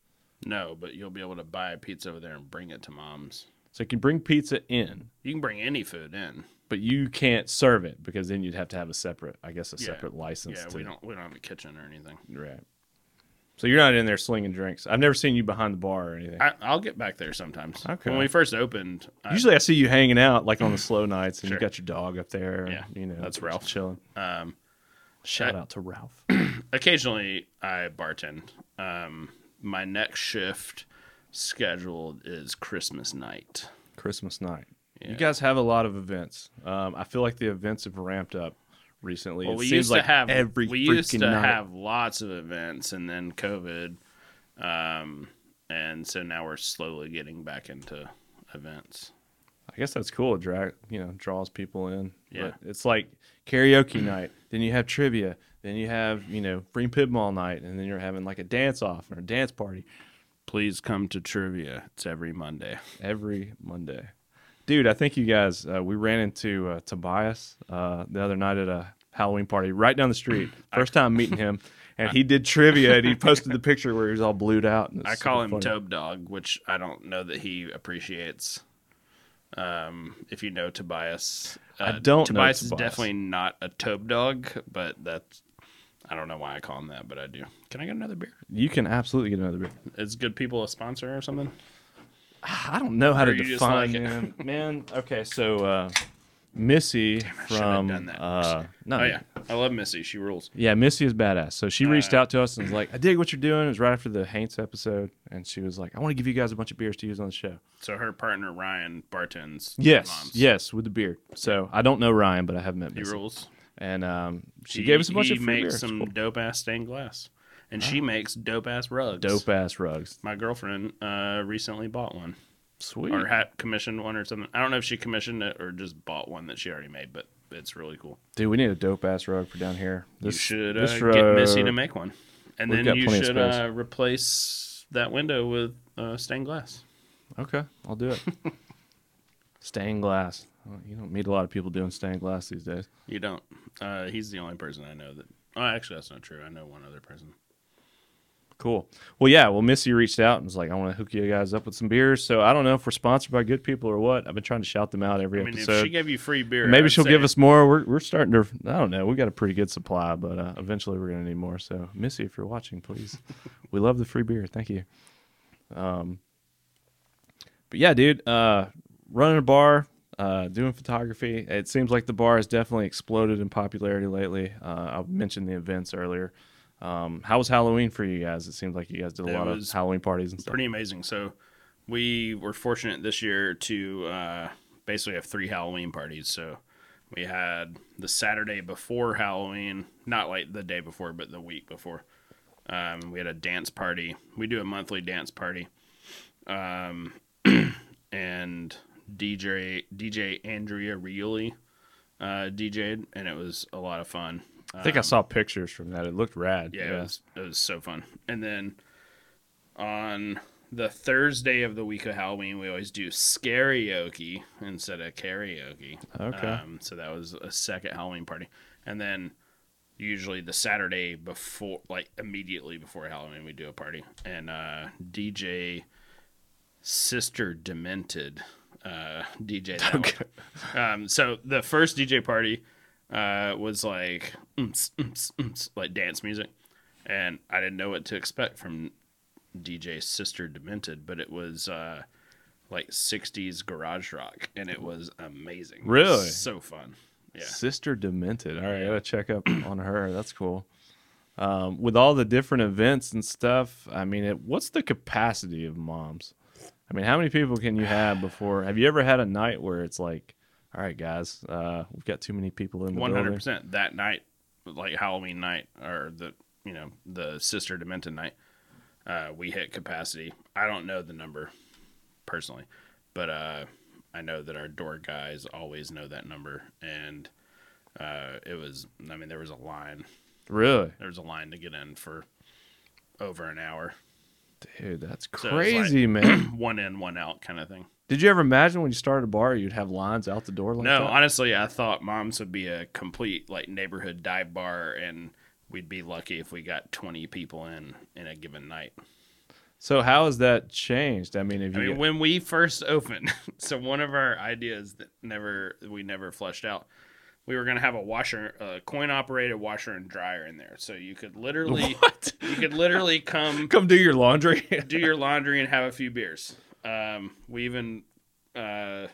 [SPEAKER 3] No, but you'll be able to buy a pizza over there and bring it to mom's.
[SPEAKER 1] So you can bring pizza in,
[SPEAKER 3] You can bring any food in.
[SPEAKER 1] but you can't serve it because then you'd have to have a separate, I guess, a
[SPEAKER 3] Yeah.
[SPEAKER 1] separate license.
[SPEAKER 3] yeah,
[SPEAKER 1] to,
[SPEAKER 3] we don't we don't have a kitchen or anything.
[SPEAKER 1] Right. So you're not in there slinging drinks. I've never seen you behind the bar or anything.
[SPEAKER 3] I, I'll get back there sometimes.
[SPEAKER 1] Okay.
[SPEAKER 3] When we first opened, I-
[SPEAKER 1] Usually, I see you hanging out like on the slow nights, and you
[SPEAKER 3] Sure.
[SPEAKER 1] got your dog up there. and,
[SPEAKER 3] Yeah,
[SPEAKER 1] you know
[SPEAKER 3] that's
[SPEAKER 1] just
[SPEAKER 3] Ralph.
[SPEAKER 1] chilling.
[SPEAKER 3] um,
[SPEAKER 1] Shout
[SPEAKER 3] I-
[SPEAKER 1] out to Ralph.
[SPEAKER 3] occasionally I bartend. Um, my next shift scheduled is Christmas night.
[SPEAKER 1] Christmas night. You
[SPEAKER 3] Yeah.
[SPEAKER 1] guys have a lot of events. Um, I feel like the events have ramped up recently.
[SPEAKER 3] Well,
[SPEAKER 1] it
[SPEAKER 3] we
[SPEAKER 1] seems
[SPEAKER 3] used
[SPEAKER 1] like
[SPEAKER 3] to have
[SPEAKER 1] every
[SPEAKER 3] we
[SPEAKER 1] freaking
[SPEAKER 3] used to
[SPEAKER 1] night.
[SPEAKER 3] have lots of events, and then COVID, um, and so now we're slowly getting back into events.
[SPEAKER 1] I guess that's cool. It drag you know draws people in.
[SPEAKER 3] Yeah.
[SPEAKER 1] But it's like karaoke night. Then you have trivia. Then you have you know free pib mall night, and then you're having like a dance off or a dance party.
[SPEAKER 3] Please come to trivia. It's every Monday.
[SPEAKER 1] every Monday. Dude, I think you guys, uh, we ran into uh, Tobias uh, the other night at a Halloween party right down the street. First time meeting him. And he did trivia and he posted the picture where he was all blued out. And it's
[SPEAKER 3] I call him
[SPEAKER 1] super funny.
[SPEAKER 3] Tobe Dog, which I don't know that he appreciates. Um, if you know Tobias, uh,
[SPEAKER 1] I don't know
[SPEAKER 3] Tobias is
[SPEAKER 1] Tobias.
[SPEAKER 3] definitely not a Tobe Dog, but that's I don't know why I call him that, but I do. Can I get another beer?
[SPEAKER 1] You can absolutely get another beer.
[SPEAKER 3] Is Good People a sponsor or something?
[SPEAKER 1] I don't know how
[SPEAKER 3] Or
[SPEAKER 1] to
[SPEAKER 3] you just
[SPEAKER 1] define
[SPEAKER 3] like it.
[SPEAKER 1] him. Man, okay, so uh, Missy
[SPEAKER 3] should've
[SPEAKER 1] from.
[SPEAKER 3] done that.
[SPEAKER 1] Uh, no,
[SPEAKER 3] Oh yeah, Oh, I love Missy. She rules.
[SPEAKER 1] Yeah, Missy is badass. So she reached out to us and was like, I dig what you're doing. It was right after the Haints episode. And she was like, I want to give you guys a bunch of beers to use on the show.
[SPEAKER 3] So her partner Ryan bartends. at
[SPEAKER 1] Yes,
[SPEAKER 3] Mom's.
[SPEAKER 1] yes, with the beard. So I don't know Ryan, but I have met
[SPEAKER 3] he
[SPEAKER 1] Missy,
[SPEAKER 3] rules.
[SPEAKER 1] and um, she
[SPEAKER 3] He-
[SPEAKER 1] gave us a bunch
[SPEAKER 3] he
[SPEAKER 1] of free
[SPEAKER 3] makes
[SPEAKER 1] beer.
[SPEAKER 3] some dope ass stained glass, and she makes dope ass rugs.
[SPEAKER 1] dope ass rugs.
[SPEAKER 3] My girlfriend uh, recently bought one.
[SPEAKER 1] Sweet.
[SPEAKER 3] or had commissioned one or something. I don't know if she commissioned it or just bought one that she already made, but it's really cool.
[SPEAKER 1] Dude, we need a dope ass rug for down here. This
[SPEAKER 3] you should
[SPEAKER 1] this
[SPEAKER 3] uh, get Missy
[SPEAKER 1] rug-
[SPEAKER 3] to make one, and
[SPEAKER 1] We've
[SPEAKER 3] then
[SPEAKER 1] got
[SPEAKER 3] you
[SPEAKER 1] plenty of
[SPEAKER 3] should
[SPEAKER 1] space.
[SPEAKER 3] uh, replace that window with uh, stained glass.
[SPEAKER 1] Okay, I'll do it. stained glass. Well, You don't meet a lot of people doing stained glass these days.
[SPEAKER 3] You don't. Uh, he's the only person I know that. Oh, actually, that's not true. I know one other person.
[SPEAKER 1] Cool. Well, yeah. Well, Missy reached out and was like, "I want to hook you guys up with some beers." So I don't know if we're sponsored by good people or what. I've been trying to shout them out every
[SPEAKER 3] I mean, if
[SPEAKER 1] episode.
[SPEAKER 3] she gave you free beer,
[SPEAKER 1] Maybe
[SPEAKER 3] I'd
[SPEAKER 1] she'll
[SPEAKER 3] say-
[SPEAKER 1] give us more. We're, we're starting to, I don't know. We got a pretty good supply, but uh, eventually we're going to need more. So, Missy, if you're watching, please. we love the free beer. Thank you. Um, but yeah, dude, uh, running a bar, uh, doing photography. It seems like the bar has definitely exploded in popularity lately. Uh, I mentioned the events earlier. Um, how was Halloween for you guys? It seems like you guys did a
[SPEAKER 3] It
[SPEAKER 1] lot of
[SPEAKER 3] was
[SPEAKER 1] Halloween parties and stuff.
[SPEAKER 3] pretty amazing. So we were fortunate this year to uh, basically have three Halloween parties. So we had the Saturday before Halloween, not like the day before, but the week before. Um, we had a dance party. We do a monthly dance party, um, and DJ DJ Andrea Rioli uh, DJ'd, and it was a lot of fun.
[SPEAKER 1] I think I saw pictures from that. It looked rad.
[SPEAKER 3] um, Yeah, It, was, it was so fun. And then on the Thursday of the week of Halloween, we always do scaryoke instead of karaoke.
[SPEAKER 1] Okay.
[SPEAKER 3] Um, so that was a second Halloween party. And then usually the Saturday before, like immediately before Halloween, we do a party. And uh, DJ Sister Demented uh, DJ. That one. Um, so the first DJ party uh, was like "Oomph, oomph, oomph," like dance music, and I didn't know what to expect from DJ Sister Demented, but it was uh, like '60s garage rock, and it was amazing. It was
[SPEAKER 1] Really?
[SPEAKER 3] so fun. Yeah,
[SPEAKER 1] Sister Demented. All right, I gotta check up on her. That's cool. Um, with all the different events and stuff, I mean, it, what's the capacity of moms? I mean, how many people can you have before? Have you ever had a night where it's like, all right, guys, uh, we've got too many people in the
[SPEAKER 3] one hundred
[SPEAKER 1] 100
[SPEAKER 3] percent. That night, like Halloween night, or the you know the Sister Demented night, uh, we hit capacity. I don't know the number personally, but uh, I know that our door guys always know that number, and uh, it was. I mean, there was a line
[SPEAKER 1] Really,
[SPEAKER 3] There's a line to get in for over an hour.
[SPEAKER 1] dude, that's
[SPEAKER 3] So it's
[SPEAKER 1] crazy, man.
[SPEAKER 3] one in, one out kind of thing.
[SPEAKER 1] Did you ever imagine when you started a bar, you'd have lines out the door like
[SPEAKER 3] no,
[SPEAKER 1] that?
[SPEAKER 3] honestly, I thought Mom's would be a complete like neighborhood dive bar, and we'd be lucky if we got 20 people in in a given night.
[SPEAKER 1] So how has that changed? I mean, if
[SPEAKER 3] I
[SPEAKER 1] you
[SPEAKER 3] mean,
[SPEAKER 1] get-
[SPEAKER 3] when we first opened, so one of our ideas that never we never fleshed out, we were gonna have a washer, a coin operated washer and dryer in there, so you could literally
[SPEAKER 1] what?
[SPEAKER 3] you could literally come
[SPEAKER 1] Come do your laundry.
[SPEAKER 3] do your laundry and have a few beers. Um, we even, uh,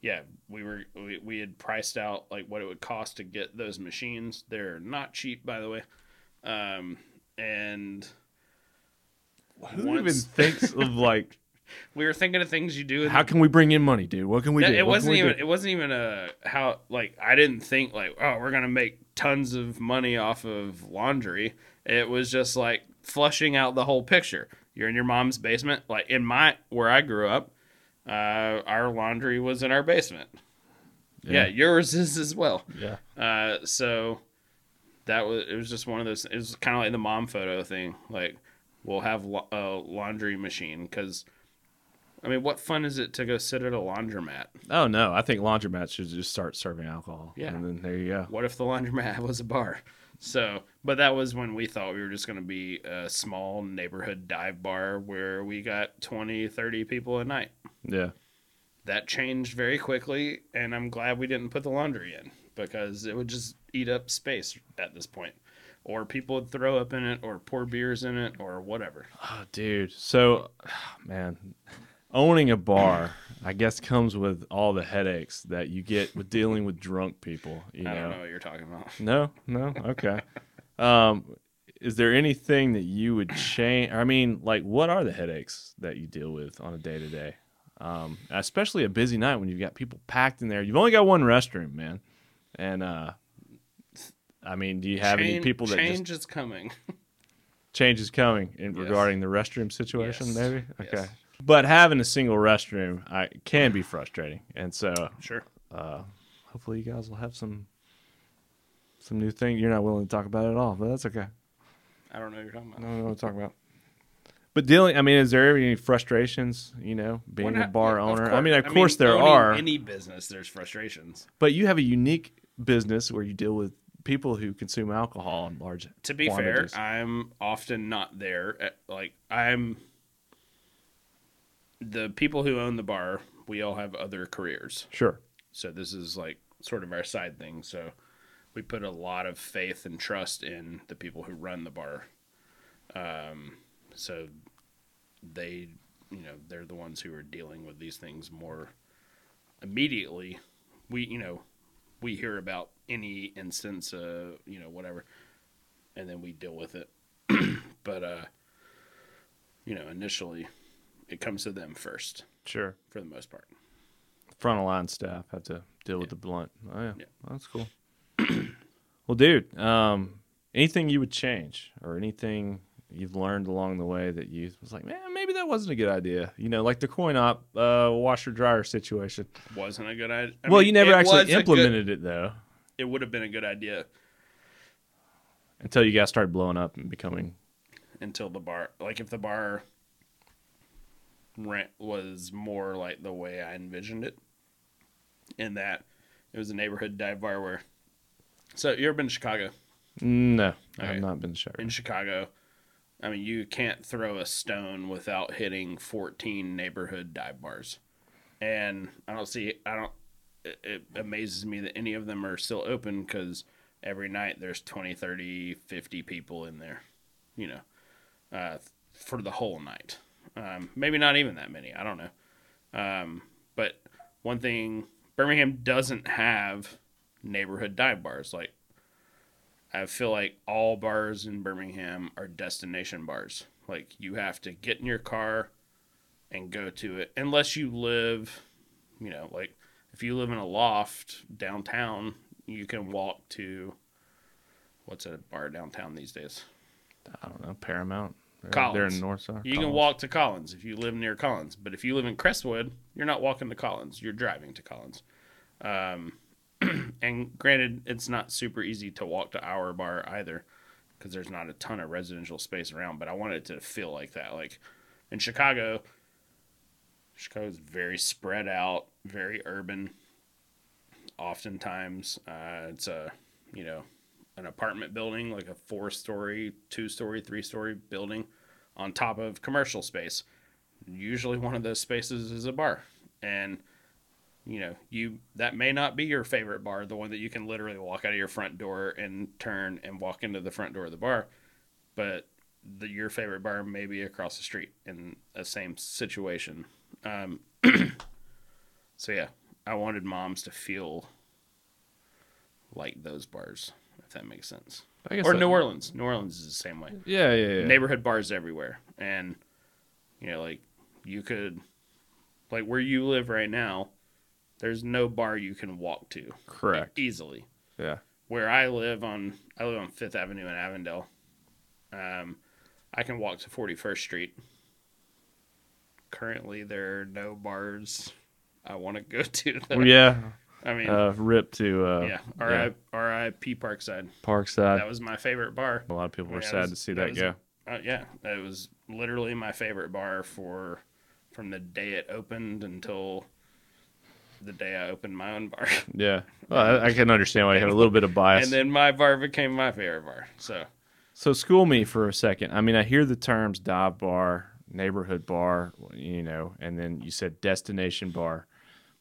[SPEAKER 3] yeah, we were we, we had priced out like what it would cost to get those machines. They're not cheap, by the way. Um, and
[SPEAKER 1] Who even
[SPEAKER 3] Once-
[SPEAKER 1] thinks of like
[SPEAKER 3] we were thinking of things you do. in
[SPEAKER 1] how can we bring in money, dude? What can we
[SPEAKER 3] Yeah,
[SPEAKER 1] do?
[SPEAKER 3] it
[SPEAKER 1] What can
[SPEAKER 3] wasn't
[SPEAKER 1] we do?
[SPEAKER 3] even it wasn't even a how like I didn't think like oh we're gonna make tons of money off of laundry. It was just like flushing out the whole picture. You're in your mom's basement, like in my where I grew up, uh, our laundry was in our basement. Yeah,
[SPEAKER 1] Yeah.
[SPEAKER 3] yours is as well.
[SPEAKER 1] yeah.
[SPEAKER 3] Uh, so that was it was just one of those. It was kind of like the mom photo thing. Like we'll have la- a laundry machine because. I mean, what fun is it to go sit at a laundromat?
[SPEAKER 1] Oh no, I think laundromats should just start serving alcohol.
[SPEAKER 3] Yeah.
[SPEAKER 1] and then there you go.
[SPEAKER 3] what if the laundromat was a bar? So, but that was when we thought we were just going to be a small neighborhood dive bar where we got 20, 30 people a night.
[SPEAKER 1] Yeah,
[SPEAKER 3] That changed very quickly, and I'm glad we didn't put the laundry in because it would just eat up space at this point. Or people would throw up in it, or pour beers in it, or whatever.
[SPEAKER 1] oh, dude. So, man, owning a bar, I guess, comes with all the headaches that you get with dealing with drunk people. You
[SPEAKER 3] I
[SPEAKER 1] know?
[SPEAKER 3] don't know what you're talking about.
[SPEAKER 1] No, no, okay. um, is there anything that you would change? I mean, like, what are the headaches that you deal with on a day to day? Um, especially a busy night when you've got people packed in there. You've only got one restroom, man. And uh, I mean, do you have any
[SPEAKER 3] Change-
[SPEAKER 1] people that just
[SPEAKER 3] change is coming?
[SPEAKER 1] change is coming in
[SPEAKER 3] Yes.
[SPEAKER 1] regarding the restroom situation,
[SPEAKER 3] Yes.
[SPEAKER 1] maybe? Okay.
[SPEAKER 3] Yes.
[SPEAKER 1] But having a single restroom I, can be frustrating. And so
[SPEAKER 3] Sure.
[SPEAKER 1] uh, hopefully you guys will have some some new thing you're not willing to talk about at all, but that's okay.
[SPEAKER 3] I don't know what you're talking
[SPEAKER 1] I
[SPEAKER 3] about.
[SPEAKER 1] don't know what I'm talking about. But dealing, I mean, is there any frustrations, you know, being
[SPEAKER 3] Well,
[SPEAKER 1] a
[SPEAKER 3] not-
[SPEAKER 1] bar
[SPEAKER 3] yeah, of
[SPEAKER 1] owner? I
[SPEAKER 3] course.
[SPEAKER 1] mean, of course there
[SPEAKER 3] owning
[SPEAKER 1] are,
[SPEAKER 3] Any business, there's frustrations.
[SPEAKER 1] but you have a unique business where you deal with people who consume alcohol in large
[SPEAKER 3] to be
[SPEAKER 1] quantities.
[SPEAKER 3] fair, I'm often not there. At, like I'm the people who own the bar. We all have other careers,
[SPEAKER 1] Sure.
[SPEAKER 3] so this is like sort of our side thing. So we put a lot of faith and trust in the people who run the bar. Um, so they, you know, they're the ones who are dealing with these things more immediately. We, you know, we hear about any instance, uh, you know, whatever and then we deal with it. but uh you know, initially it comes to them first
[SPEAKER 1] Sure.
[SPEAKER 3] for the most part.
[SPEAKER 1] front of line staff have to deal with the blunt. Oh yeah,
[SPEAKER 3] Yeah.
[SPEAKER 1] that's cool. well, dude, um, anything you would change or anything you've learned along the way that you was like, man, maybe that wasn't a good idea. You know, like the coin op uh, washer dryer situation.
[SPEAKER 3] Wasn't a good idea.
[SPEAKER 1] well, you never actually impleted it though
[SPEAKER 3] it would have been a good idea
[SPEAKER 1] until you guys started blowing up and becoming.
[SPEAKER 3] until the bar like if the bar rent was more like the way I envisioned it. In that it was a neighborhood dive bar where so you ever been to Chicago?
[SPEAKER 1] No, I
[SPEAKER 3] Okay.
[SPEAKER 1] have not been sure.
[SPEAKER 3] in Chicago. I mean, you can't throw a stone without hitting 14 neighborhood dive bars. And I don't see, I don't, it, it amazes me that any of them are still open because every night there's 20, 30, 50 people in there, you know, uh, for the whole night. Um, maybe not even that many. I don't know. Um, but one thing, Birmingham doesn't have neighborhood dive bars. Like, I feel like all bars in Birmingham are destination bars. Like you have to get in your car and go to it unless you live, you know, like if you live in a loft downtown, you can walk to what's a bar downtown these days?
[SPEAKER 1] I don't know. Paramount. They're- They're
[SPEAKER 3] Collins.
[SPEAKER 1] in North Side.
[SPEAKER 3] You can walk to Collins if you live near Collins, but if you live in Crestwood, you're not walking to Collins. You're driving to Collins. Um, and granted, it's not super easy to walk to our bar either. because there's not a ton of residential space around. But I want it to feel like that. Like in Chicago, Chicago's very spread out, very urban. Oftentimes, uh, it's a you know an apartment building, like a four story, two story, three story building on top of commercial space. Usually one of those spaces is a bar. And you know, you that may not be your favorite bar, the one that you can literally walk out of your front door and turn and walk into the front door of the bar, but the, your favorite bar may be across the street in the same situation. Um, so yeah, I wanted moms to feel like those bars if that makes sense.
[SPEAKER 1] I guess
[SPEAKER 3] Or
[SPEAKER 1] that-
[SPEAKER 3] New Orleans. New Orleans is the same way.
[SPEAKER 1] Yeah, yeah, yeah.
[SPEAKER 3] Neighborhood bars everywhere. And, you know, like, you could, like, where you live right now, there's no bar you can walk to
[SPEAKER 1] Correct.
[SPEAKER 3] easily.
[SPEAKER 1] Yeah.
[SPEAKER 3] Where I live on, I live on Fifth Avenue in Avondale. Um, I can walk to 41st Street. Currently, there are no bars I want to go to. that-
[SPEAKER 1] Well, Oh, yeah.
[SPEAKER 3] I mean,
[SPEAKER 1] Uh, rip to uh,
[SPEAKER 3] yeah. R.I. R.I.P. Parkside.
[SPEAKER 1] Parkside.
[SPEAKER 3] That was my favorite bar.
[SPEAKER 1] a lot of people
[SPEAKER 3] I
[SPEAKER 1] were
[SPEAKER 3] mean, I
[SPEAKER 1] sad
[SPEAKER 3] was-
[SPEAKER 1] to see
[SPEAKER 3] I
[SPEAKER 1] that
[SPEAKER 3] was-
[SPEAKER 1] go.
[SPEAKER 3] Uh, yeah, it was literally my favorite bar for from the day it opened until the day I opened my own bar,
[SPEAKER 1] Yeah. Well, I, I can understand why you have a little bit of bias.
[SPEAKER 3] and then my bar became my favorite bar. So
[SPEAKER 1] So school me for a second. I mean, I hear the terms dive bar, neighborhood bar, you know, and then you said destination bar.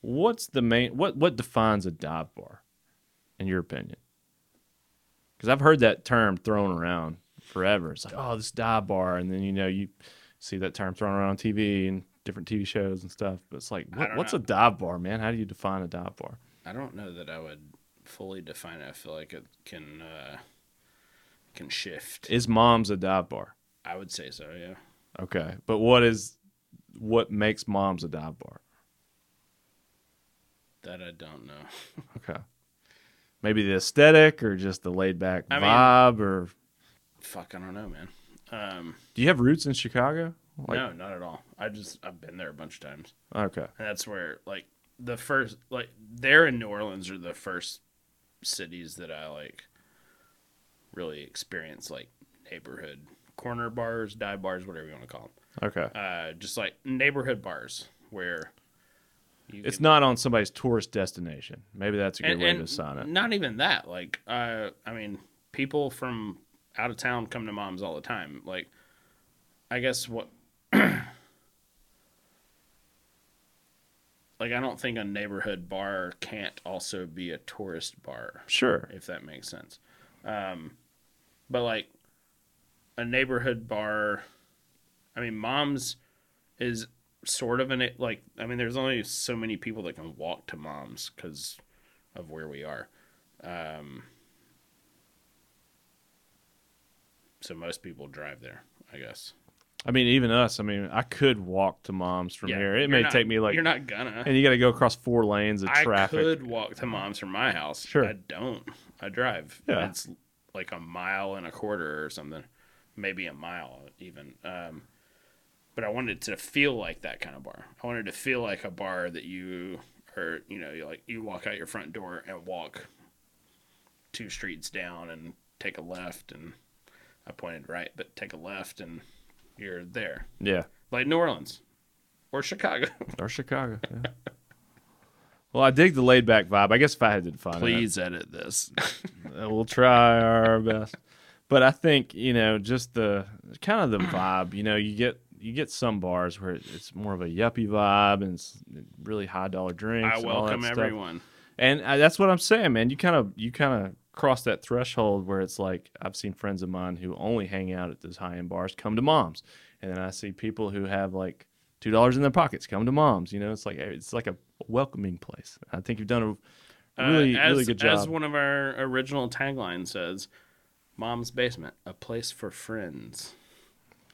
[SPEAKER 1] What's the main what what defines a dive bar in your opinion? Cuz I've heard that term thrown around forever. It's like, "Oh, this dive bar." And then you know, you see that term thrown around on TV and different TV shows and stuff, but it's like,
[SPEAKER 3] I
[SPEAKER 1] what,
[SPEAKER 3] don't
[SPEAKER 1] what's
[SPEAKER 3] know.
[SPEAKER 1] a dive bar, man? How do you define a dive bar?
[SPEAKER 3] I don't know that I would fully define it. I feel like it can uh, can shift.
[SPEAKER 1] Is mom's a dive bar?
[SPEAKER 3] I would say so. Yeah,
[SPEAKER 1] Okay. But what is what makes mom's a dive bar?
[SPEAKER 3] that I don't know.
[SPEAKER 1] Okay. Maybe the aesthetic or just the laid back
[SPEAKER 3] I mean-
[SPEAKER 1] vibe or
[SPEAKER 3] Fuck, I don't know, man. Um,
[SPEAKER 1] do you have roots in Chicago? Like
[SPEAKER 3] no, not at all. I just I've been there a bunch of times.
[SPEAKER 1] okay.
[SPEAKER 3] And that's where like the first like there in New Orleans are the first cities that I like really experience like neighborhood corner bars, dive bars, whatever you want to call
[SPEAKER 1] Okay.
[SPEAKER 3] them. Uh, just like neighborhood bars where you
[SPEAKER 1] It's
[SPEAKER 3] can-
[SPEAKER 1] not on somebody's tourist destination. Maybe that's a good
[SPEAKER 3] and-
[SPEAKER 1] way
[SPEAKER 3] and
[SPEAKER 1] to sign it.
[SPEAKER 3] Not even that. Like uh, I mean, people from out of town come to moms all the time. Like I guess what like I don't think a neighborhood bar can't also be a tourist bar,
[SPEAKER 1] Sure.
[SPEAKER 3] if that makes sense. Um, but like a neighborhood bar, I mean, Mom's is sort of an like I mean, there's only so many people that can walk to Mom's because of where we are. Um, so most people drive there, I guess.
[SPEAKER 1] I mean, even us. I mean, I could walk to mom's from
[SPEAKER 3] Yeah,
[SPEAKER 1] here. It
[SPEAKER 3] you're
[SPEAKER 1] may
[SPEAKER 3] not-
[SPEAKER 1] take me like,
[SPEAKER 3] you're not gonna.
[SPEAKER 1] and you got to go across four lanes of
[SPEAKER 3] I
[SPEAKER 1] traffic.
[SPEAKER 3] could walk to mom's from my house.
[SPEAKER 1] Sure.
[SPEAKER 3] I don't. I drive.
[SPEAKER 1] Yeah.
[SPEAKER 3] It's like a mile and a quarter or something, maybe a mile even. Um, but I wanted to feel like that kind of bar. I wanted to feel like a bar that you or you know, you like you walk out your front door and walk two streets down and take a left and I pointed right, but take a left and you're there.
[SPEAKER 1] Yeah.
[SPEAKER 3] Like New Orleans or Chicago.
[SPEAKER 1] Or Chicago. Yeah. well, I dig the laid back vibe. I guess if I had to define it,
[SPEAKER 3] Please edit this.
[SPEAKER 1] Uh, we'll try our best. But I think you know, just the kind of the vibe. You know, you get you get some bars where it- it's more of a yuppie vibe and it's really high dollar drinks.
[SPEAKER 3] I
[SPEAKER 1] and all that
[SPEAKER 3] welcome
[SPEAKER 1] stuff.
[SPEAKER 3] everyone.
[SPEAKER 1] and I, that's what I'm saying, man. You kind of you kind of cross that threshold where it's like I've seen friends of mine who only hang out at those high end bars come to moms, and then I see people who have like two dollars in their pockets come to moms. You know, it's like it's like a welcoming place. I think you've done a
[SPEAKER 3] Uh,
[SPEAKER 1] really
[SPEAKER 3] as,
[SPEAKER 1] really good job.
[SPEAKER 3] As one of our original tagline says, "Mom's basement, a place for friends."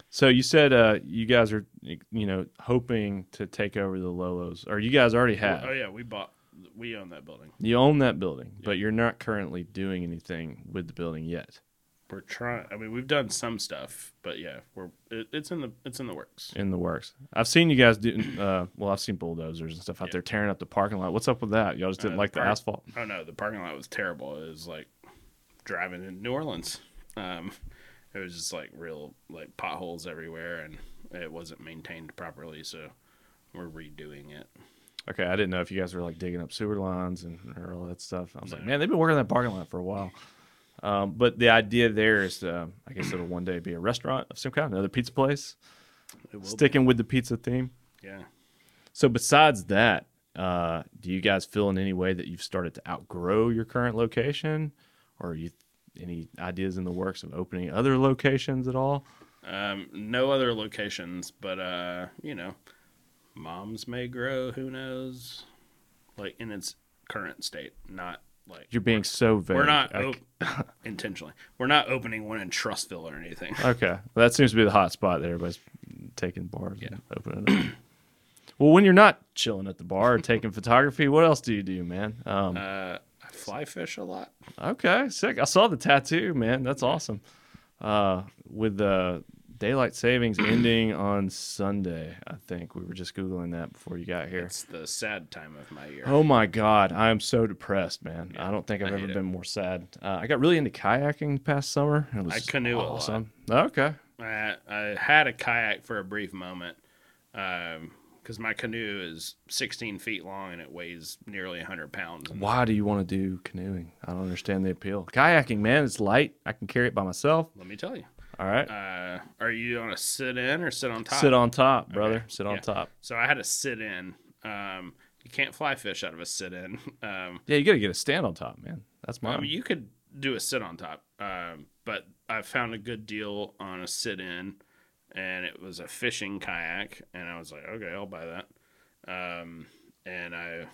[SPEAKER 1] So you said uh, you guys are, you know, hoping to take over the Lolos, or you guys already have.
[SPEAKER 3] Oh yeah, we bought, we own that building.
[SPEAKER 1] You own that building, but you're not currently doing anything with the building yet.
[SPEAKER 3] We're trying. I mean, we've done some stuff, but yeah, we're it, it's in the it's in the works.
[SPEAKER 1] In the works. I've seen you guys do. Uh, well, I've seen bulldozers and stuff out
[SPEAKER 3] Yeah.
[SPEAKER 1] there tearing up the parking lot. What's up with that? Y'all just
[SPEAKER 3] Uh,
[SPEAKER 1] didn't
[SPEAKER 3] the
[SPEAKER 1] like the
[SPEAKER 3] park-
[SPEAKER 1] asphalt.
[SPEAKER 3] Oh no, the parking lot was terrible. It was like driving in New Orleans. Um, it was just like real like potholes everywhere, and it wasn't maintained properly. So we're redoing it.
[SPEAKER 1] Okay, I didn't know if you guys were like digging up sewer lines and or all that stuff. I was like,
[SPEAKER 3] No.
[SPEAKER 1] man, they've been working on that parking lot for a while. Um, but the idea there is, to, um, I guess it'll one day be a restaurant of some kind, another pizza place,
[SPEAKER 3] It will be.
[SPEAKER 1] sticking with the pizza theme.
[SPEAKER 3] Yeah.
[SPEAKER 1] So besides that, uh, do you guys feel in any way that you've started to outgrow your current location, or you any ideas in the works of opening other locations at all?
[SPEAKER 3] Um, no other locations, but uh, you know, moms may grow. Who knows? Like in its current state, not like
[SPEAKER 1] You're being so vague.
[SPEAKER 3] we're not
[SPEAKER 1] I-
[SPEAKER 3] op- intentionally. We're not opening one in Trustville or anything.
[SPEAKER 1] Okay. Well, that seems to be the hot spot that everybody's taking bars
[SPEAKER 3] Yeah.
[SPEAKER 1] and opening it up. well, when you're not chilling at the bar or taking photography, what else do you do, man? Um,
[SPEAKER 3] Uh, I fly fish a lot.
[SPEAKER 1] okay, sick. I saw the tattoo, man. That's awesome. Uh, with the daylight savings ending on Sunday, I think we were just Googling that before you got here.
[SPEAKER 3] It's the sad time of my year.
[SPEAKER 1] Oh my God, I am so depressed, man.
[SPEAKER 3] Yeah,
[SPEAKER 1] I don't think I've
[SPEAKER 3] I
[SPEAKER 1] ever
[SPEAKER 3] hate it.
[SPEAKER 1] been more sad. Uh, I got really into kayaking past summer. It was
[SPEAKER 3] canoe a lot.
[SPEAKER 1] awesome. Okay.
[SPEAKER 3] I, I had a kayak for a brief moment because my canoe is 16 feet long and it weighs nearly 100 pounds. And
[SPEAKER 1] Why do you want to do canoeing? I don't understand the appeal. Kayaking, man, it's light. I can carry it by myself.
[SPEAKER 3] Let me tell you.
[SPEAKER 1] All right.
[SPEAKER 3] Uh, are you on a sit in or sit on Uh, top?
[SPEAKER 1] Sit on top, brother. Sit on
[SPEAKER 3] Yeah.
[SPEAKER 1] top.
[SPEAKER 3] So I had a sit in. Um, you can't fly fish out of a sit in. Um,
[SPEAKER 1] Yeah, you got to get a stand on top, man. That's mine.
[SPEAKER 3] I mean, you could do a sit on top, um, but I found a good deal on a sit in, and it was a fishing kayak, and I was like, okay, I'll buy that. Um, and I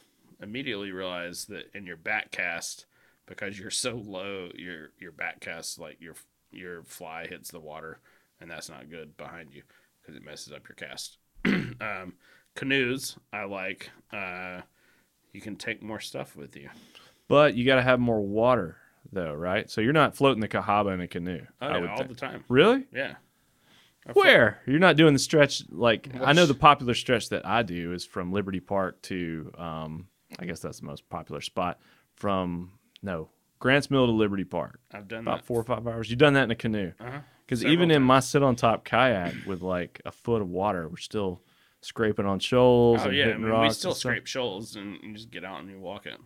[SPEAKER 3] immediately realized that in your back cast, because you're so low, your your back cast like your your fly hits the water, and that's not good behind you because it messes up your cast. um, canoes, I like. Uh, you can take more stuff with you.
[SPEAKER 1] but you got to have more water, though, right? So you're not floating the Cahaba in a canoe.
[SPEAKER 3] Oh,
[SPEAKER 1] I
[SPEAKER 3] yeah,
[SPEAKER 1] would
[SPEAKER 3] all
[SPEAKER 1] think.
[SPEAKER 3] the time.
[SPEAKER 1] really?
[SPEAKER 3] Yeah. I fl-
[SPEAKER 1] Where? You're not doing the stretch. Like, I know
[SPEAKER 3] What's-
[SPEAKER 1] the popular stretch that I do is from Liberty Park to, um, I guess that's the most popular spot, from, no, Grants Mill to Liberty Park.
[SPEAKER 3] I've done
[SPEAKER 1] About
[SPEAKER 3] that.
[SPEAKER 1] four or five hours. You've done that in a canoe.
[SPEAKER 3] Uh-huh.
[SPEAKER 1] Because
[SPEAKER 3] Mm. Several
[SPEAKER 1] even in my sit on top kayak with like a foot of water, we're still scraping on shoals
[SPEAKER 3] Oh
[SPEAKER 1] and
[SPEAKER 3] yeah, I
[SPEAKER 1] hitting
[SPEAKER 3] mean,
[SPEAKER 1] rocks.
[SPEAKER 3] we still
[SPEAKER 1] and stuff.
[SPEAKER 3] scrape shoals and you just get out and you walk it.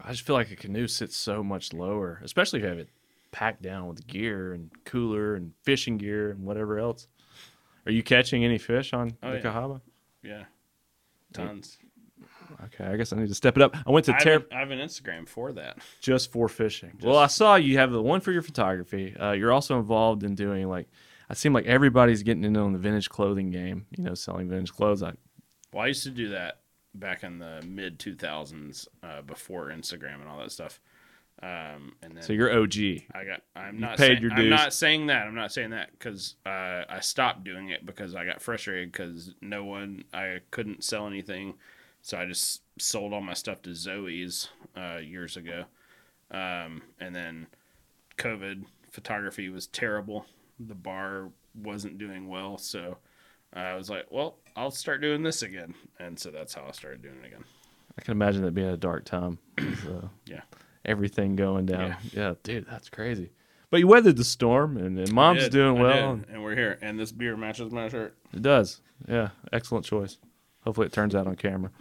[SPEAKER 1] I just feel like a canoe sits so much lower, especially if you have it packed down with gear and cooler and fishing gear and whatever else. Are you catching any fish on
[SPEAKER 3] Oh,
[SPEAKER 1] the
[SPEAKER 3] yeah.
[SPEAKER 1] Cahaba?
[SPEAKER 3] Yeah, tons.
[SPEAKER 1] Okay, I guess I need to step it up. I went to
[SPEAKER 3] I,
[SPEAKER 1] Terra
[SPEAKER 3] have, an- I have an Instagram for that.
[SPEAKER 1] just for fishing. well, I saw you have the one for your photography. Uh, you're also involved in doing like, I seem like everybody's getting in on the vintage clothing game. You know, selling vintage clothes. I
[SPEAKER 3] Well, I used to do that back in the mid two thousands, uh, before Instagram and all that stuff. Um, and then
[SPEAKER 1] so you're OG.
[SPEAKER 3] I got. I'm not
[SPEAKER 1] paid
[SPEAKER 3] saying,
[SPEAKER 1] your
[SPEAKER 3] I'm
[SPEAKER 1] dues.
[SPEAKER 3] not saying that. I'm not saying that because uh, I stopped doing it because I got frustrated because no one. I couldn't sell anything, so I just sold all my stuff to Zoe's uh, years ago, um, and then COVID photography was terrible. The bar wasn't doing well, so I was like, "Well, I'll start doing this again," and so that's how I started doing it again.
[SPEAKER 1] I can imagine that being a dark time. with, uh,
[SPEAKER 3] Yeah.
[SPEAKER 1] Everything going down.
[SPEAKER 3] Yeah.
[SPEAKER 1] Yeah. dude, that's crazy. But you weathered the storm, and, and mom's
[SPEAKER 3] Did,
[SPEAKER 1] doing
[SPEAKER 3] I
[SPEAKER 1] well.
[SPEAKER 3] did,
[SPEAKER 1] and
[SPEAKER 3] and we're here. And this beer matches my shirt.
[SPEAKER 1] It does. Yeah, excellent choice. Hopefully, it turns out on camera.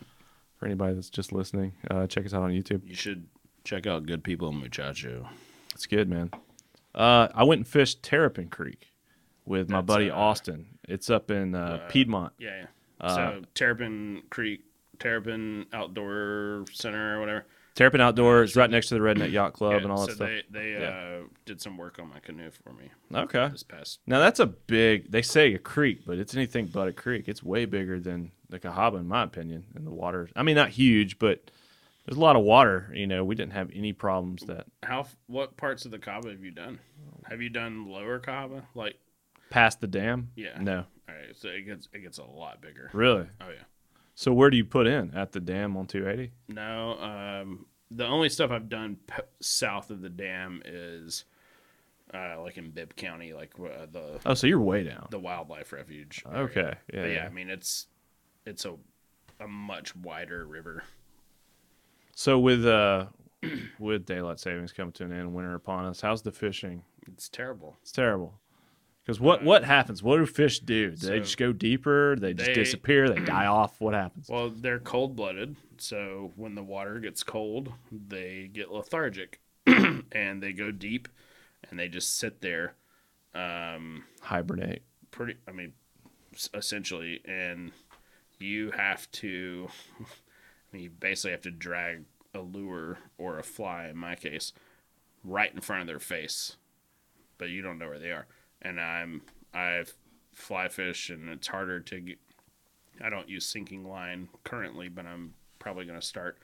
[SPEAKER 1] For anybody that's just listening, uh, check us out on YouTube.
[SPEAKER 3] You should check out Good People in Muchacho.
[SPEAKER 1] It's good, man. Uh, I went and fished Terrapin Creek with my
[SPEAKER 3] That's,
[SPEAKER 1] buddy
[SPEAKER 3] uh,
[SPEAKER 1] Austin. It's up in uh, Piedmont.
[SPEAKER 3] Yeah, yeah. so Terrapin Creek, Terrapin Outdoor Center or whatever.
[SPEAKER 1] Terrapin Outdoors, right next to the Redneck Yacht Club
[SPEAKER 3] Yeah,
[SPEAKER 1] and all that
[SPEAKER 3] so
[SPEAKER 1] stuff.
[SPEAKER 3] they they
[SPEAKER 1] Yeah.
[SPEAKER 3] uh, did some work on my canoe for me
[SPEAKER 1] okay.
[SPEAKER 3] this past.
[SPEAKER 1] Now that's a big. They say a creek, but it's anything but a creek. It's way bigger than the Cahaba, in my opinion. And the water. I mean, not huge, but there's a lot of water. You know, we didn't have any problems that
[SPEAKER 3] How? f- What parts of the Cava have you done? Have you done Lower Cava? Like,
[SPEAKER 1] past the dam.
[SPEAKER 3] Yeah.
[SPEAKER 1] No,
[SPEAKER 3] all right, so it gets it gets a lot bigger.
[SPEAKER 1] really.
[SPEAKER 3] Oh yeah.
[SPEAKER 1] So where do you put in at the dam on 280?
[SPEAKER 3] No, um, the only stuff I've done p- south of the dam is, uh, like in Bibb County, like uh, the
[SPEAKER 1] Oh, so you're way down.
[SPEAKER 3] the wildlife refuge. area.
[SPEAKER 1] Okay.
[SPEAKER 3] But
[SPEAKER 1] Yeah.
[SPEAKER 3] yeah,
[SPEAKER 1] yeah.
[SPEAKER 3] I mean it's it's a a much wider river.
[SPEAKER 1] So with uh, with daylight savings coming to an end, winter upon us, how's the fishing
[SPEAKER 3] It's terrible.
[SPEAKER 1] It's terrible. Because what what happens? What do fish do? Do they
[SPEAKER 3] So-
[SPEAKER 1] just go deeper? Do they just
[SPEAKER 3] They-
[SPEAKER 1] disappear? They die off? What happens?
[SPEAKER 3] Well, they're cold blooded, so when the water gets cold, they get lethargic and they go deep and they just sit there. Um,
[SPEAKER 1] Hibernate.
[SPEAKER 3] pretty i mean s- essentially and you have to I mean, you basically have to drag a lure or a fly in my case right in front of their face but you don't know where they are and i'm i fly fish and it's harder to get i don't use sinking line currently but i'm probably going to start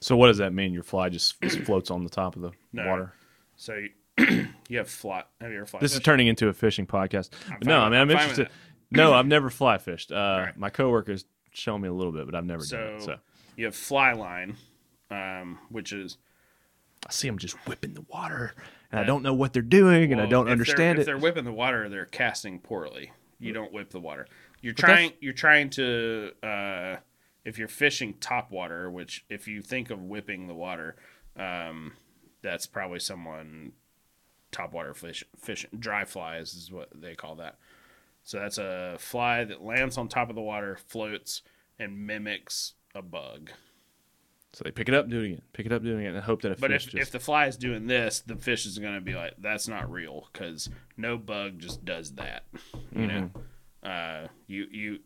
[SPEAKER 1] So what does that mean? Your fly just, just floats on the top of the
[SPEAKER 3] No.
[SPEAKER 1] water.
[SPEAKER 3] so you, you have fly have you ever fly
[SPEAKER 1] This is
[SPEAKER 3] fished?
[SPEAKER 1] turning into a fishing podcast.
[SPEAKER 3] I'm
[SPEAKER 1] But no,
[SPEAKER 3] fine
[SPEAKER 1] I
[SPEAKER 3] with- I'm
[SPEAKER 1] mean I'm
[SPEAKER 3] fine with
[SPEAKER 1] interested. No, I've never fly fished. Uh,
[SPEAKER 3] Alright.
[SPEAKER 1] My coworkers show me a little bit, but I've never done
[SPEAKER 3] so,
[SPEAKER 1] it. So
[SPEAKER 3] you have fly line um, which is
[SPEAKER 1] I see them just whipping the water, and I don't know what they're doing, and I
[SPEAKER 3] Well,
[SPEAKER 1] don't
[SPEAKER 3] if
[SPEAKER 1] understand
[SPEAKER 3] they're, If
[SPEAKER 1] it.
[SPEAKER 3] they're whipping the water, they're casting poorly. You don't whip the water. You're
[SPEAKER 1] that's-
[SPEAKER 3] trying. You're trying to. Uh, if you're fishing top water, which if you think of whipping the water, um, that's probably someone top water fish fishing dry flies is what they call that. So that's a fly that lands on top of the water, floats, and mimics a bug.
[SPEAKER 1] So they pick it up, do it again, pick it up, do it again, and hope that a
[SPEAKER 3] But
[SPEAKER 1] fish
[SPEAKER 3] if,
[SPEAKER 1] just
[SPEAKER 3] if the fly is doing this, the fish is going to be like, that's not real because no bug just does that. You know, uh, you, you,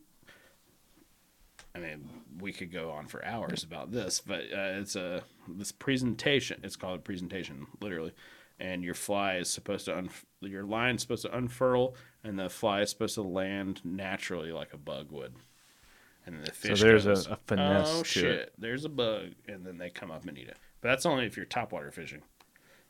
[SPEAKER 3] I mean, we could go on for hours about this, but uh, it's a, this presentation, it's called a presentation, literally. And your fly is supposed to, unf- your line is supposed to unfurl and the fly is supposed to land naturally like a bug would. And then the
[SPEAKER 1] so
[SPEAKER 3] fish
[SPEAKER 1] there's
[SPEAKER 3] goes,
[SPEAKER 1] a, a finesse
[SPEAKER 3] oh
[SPEAKER 1] to
[SPEAKER 3] shit!
[SPEAKER 1] it.
[SPEAKER 3] There's a bug, and then they come up and eat it. But that's only if you're topwater fishing.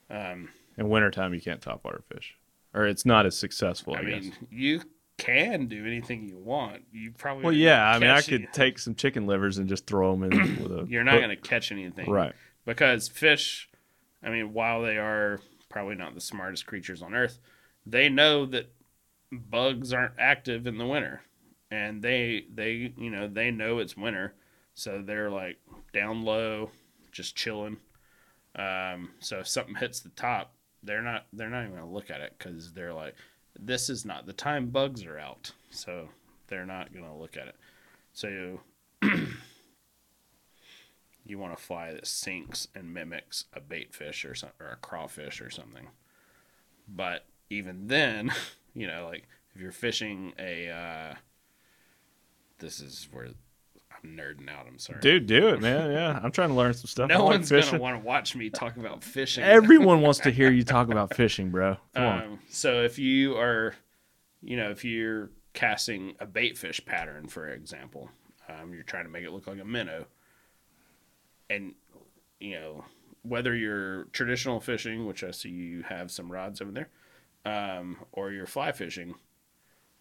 [SPEAKER 3] Um,
[SPEAKER 1] In wintertime, you can't topwater fish, or it's not as successful. I,
[SPEAKER 3] I
[SPEAKER 1] guess.
[SPEAKER 3] mean, you can do anything you want. You probably
[SPEAKER 1] well, yeah. I mean, I
[SPEAKER 3] catch
[SPEAKER 1] could
[SPEAKER 3] any-
[SPEAKER 1] take some chicken livers and just throw them in with a.
[SPEAKER 3] You're not going to catch anything,
[SPEAKER 1] Right.
[SPEAKER 3] Because fish, I mean, while they are probably not the smartest creatures on earth, they know that bugs aren't active in the winter, and they they you know they know it's winter, so they're like down low, just chilling. Um, so if something hits the top, they're not they're not even gonna look at it because they're like, this is not the time bugs are out, so they're not gonna look at it. So you want a fly that sinks and mimics a bait fish or something or a crawfish or something. But even then, you know, like if you're fishing a, uh, this is where I'm nerding out. I'm sorry.
[SPEAKER 1] Dude, do it, man. Yeah, I'm trying to learn some stuff. I
[SPEAKER 3] no
[SPEAKER 1] like
[SPEAKER 3] one's
[SPEAKER 1] fishing.
[SPEAKER 3] gonna want to watch me talk about fishing.
[SPEAKER 1] Everyone wants to hear you talk about fishing, bro. Come on.
[SPEAKER 3] Um, so if you are, you know, if you're casting a bait fish pattern, for example, um, you're trying to make it look like a minnow, and you know whether you're traditional fishing, which I see you have some rods over there, um, or you're fly fishing.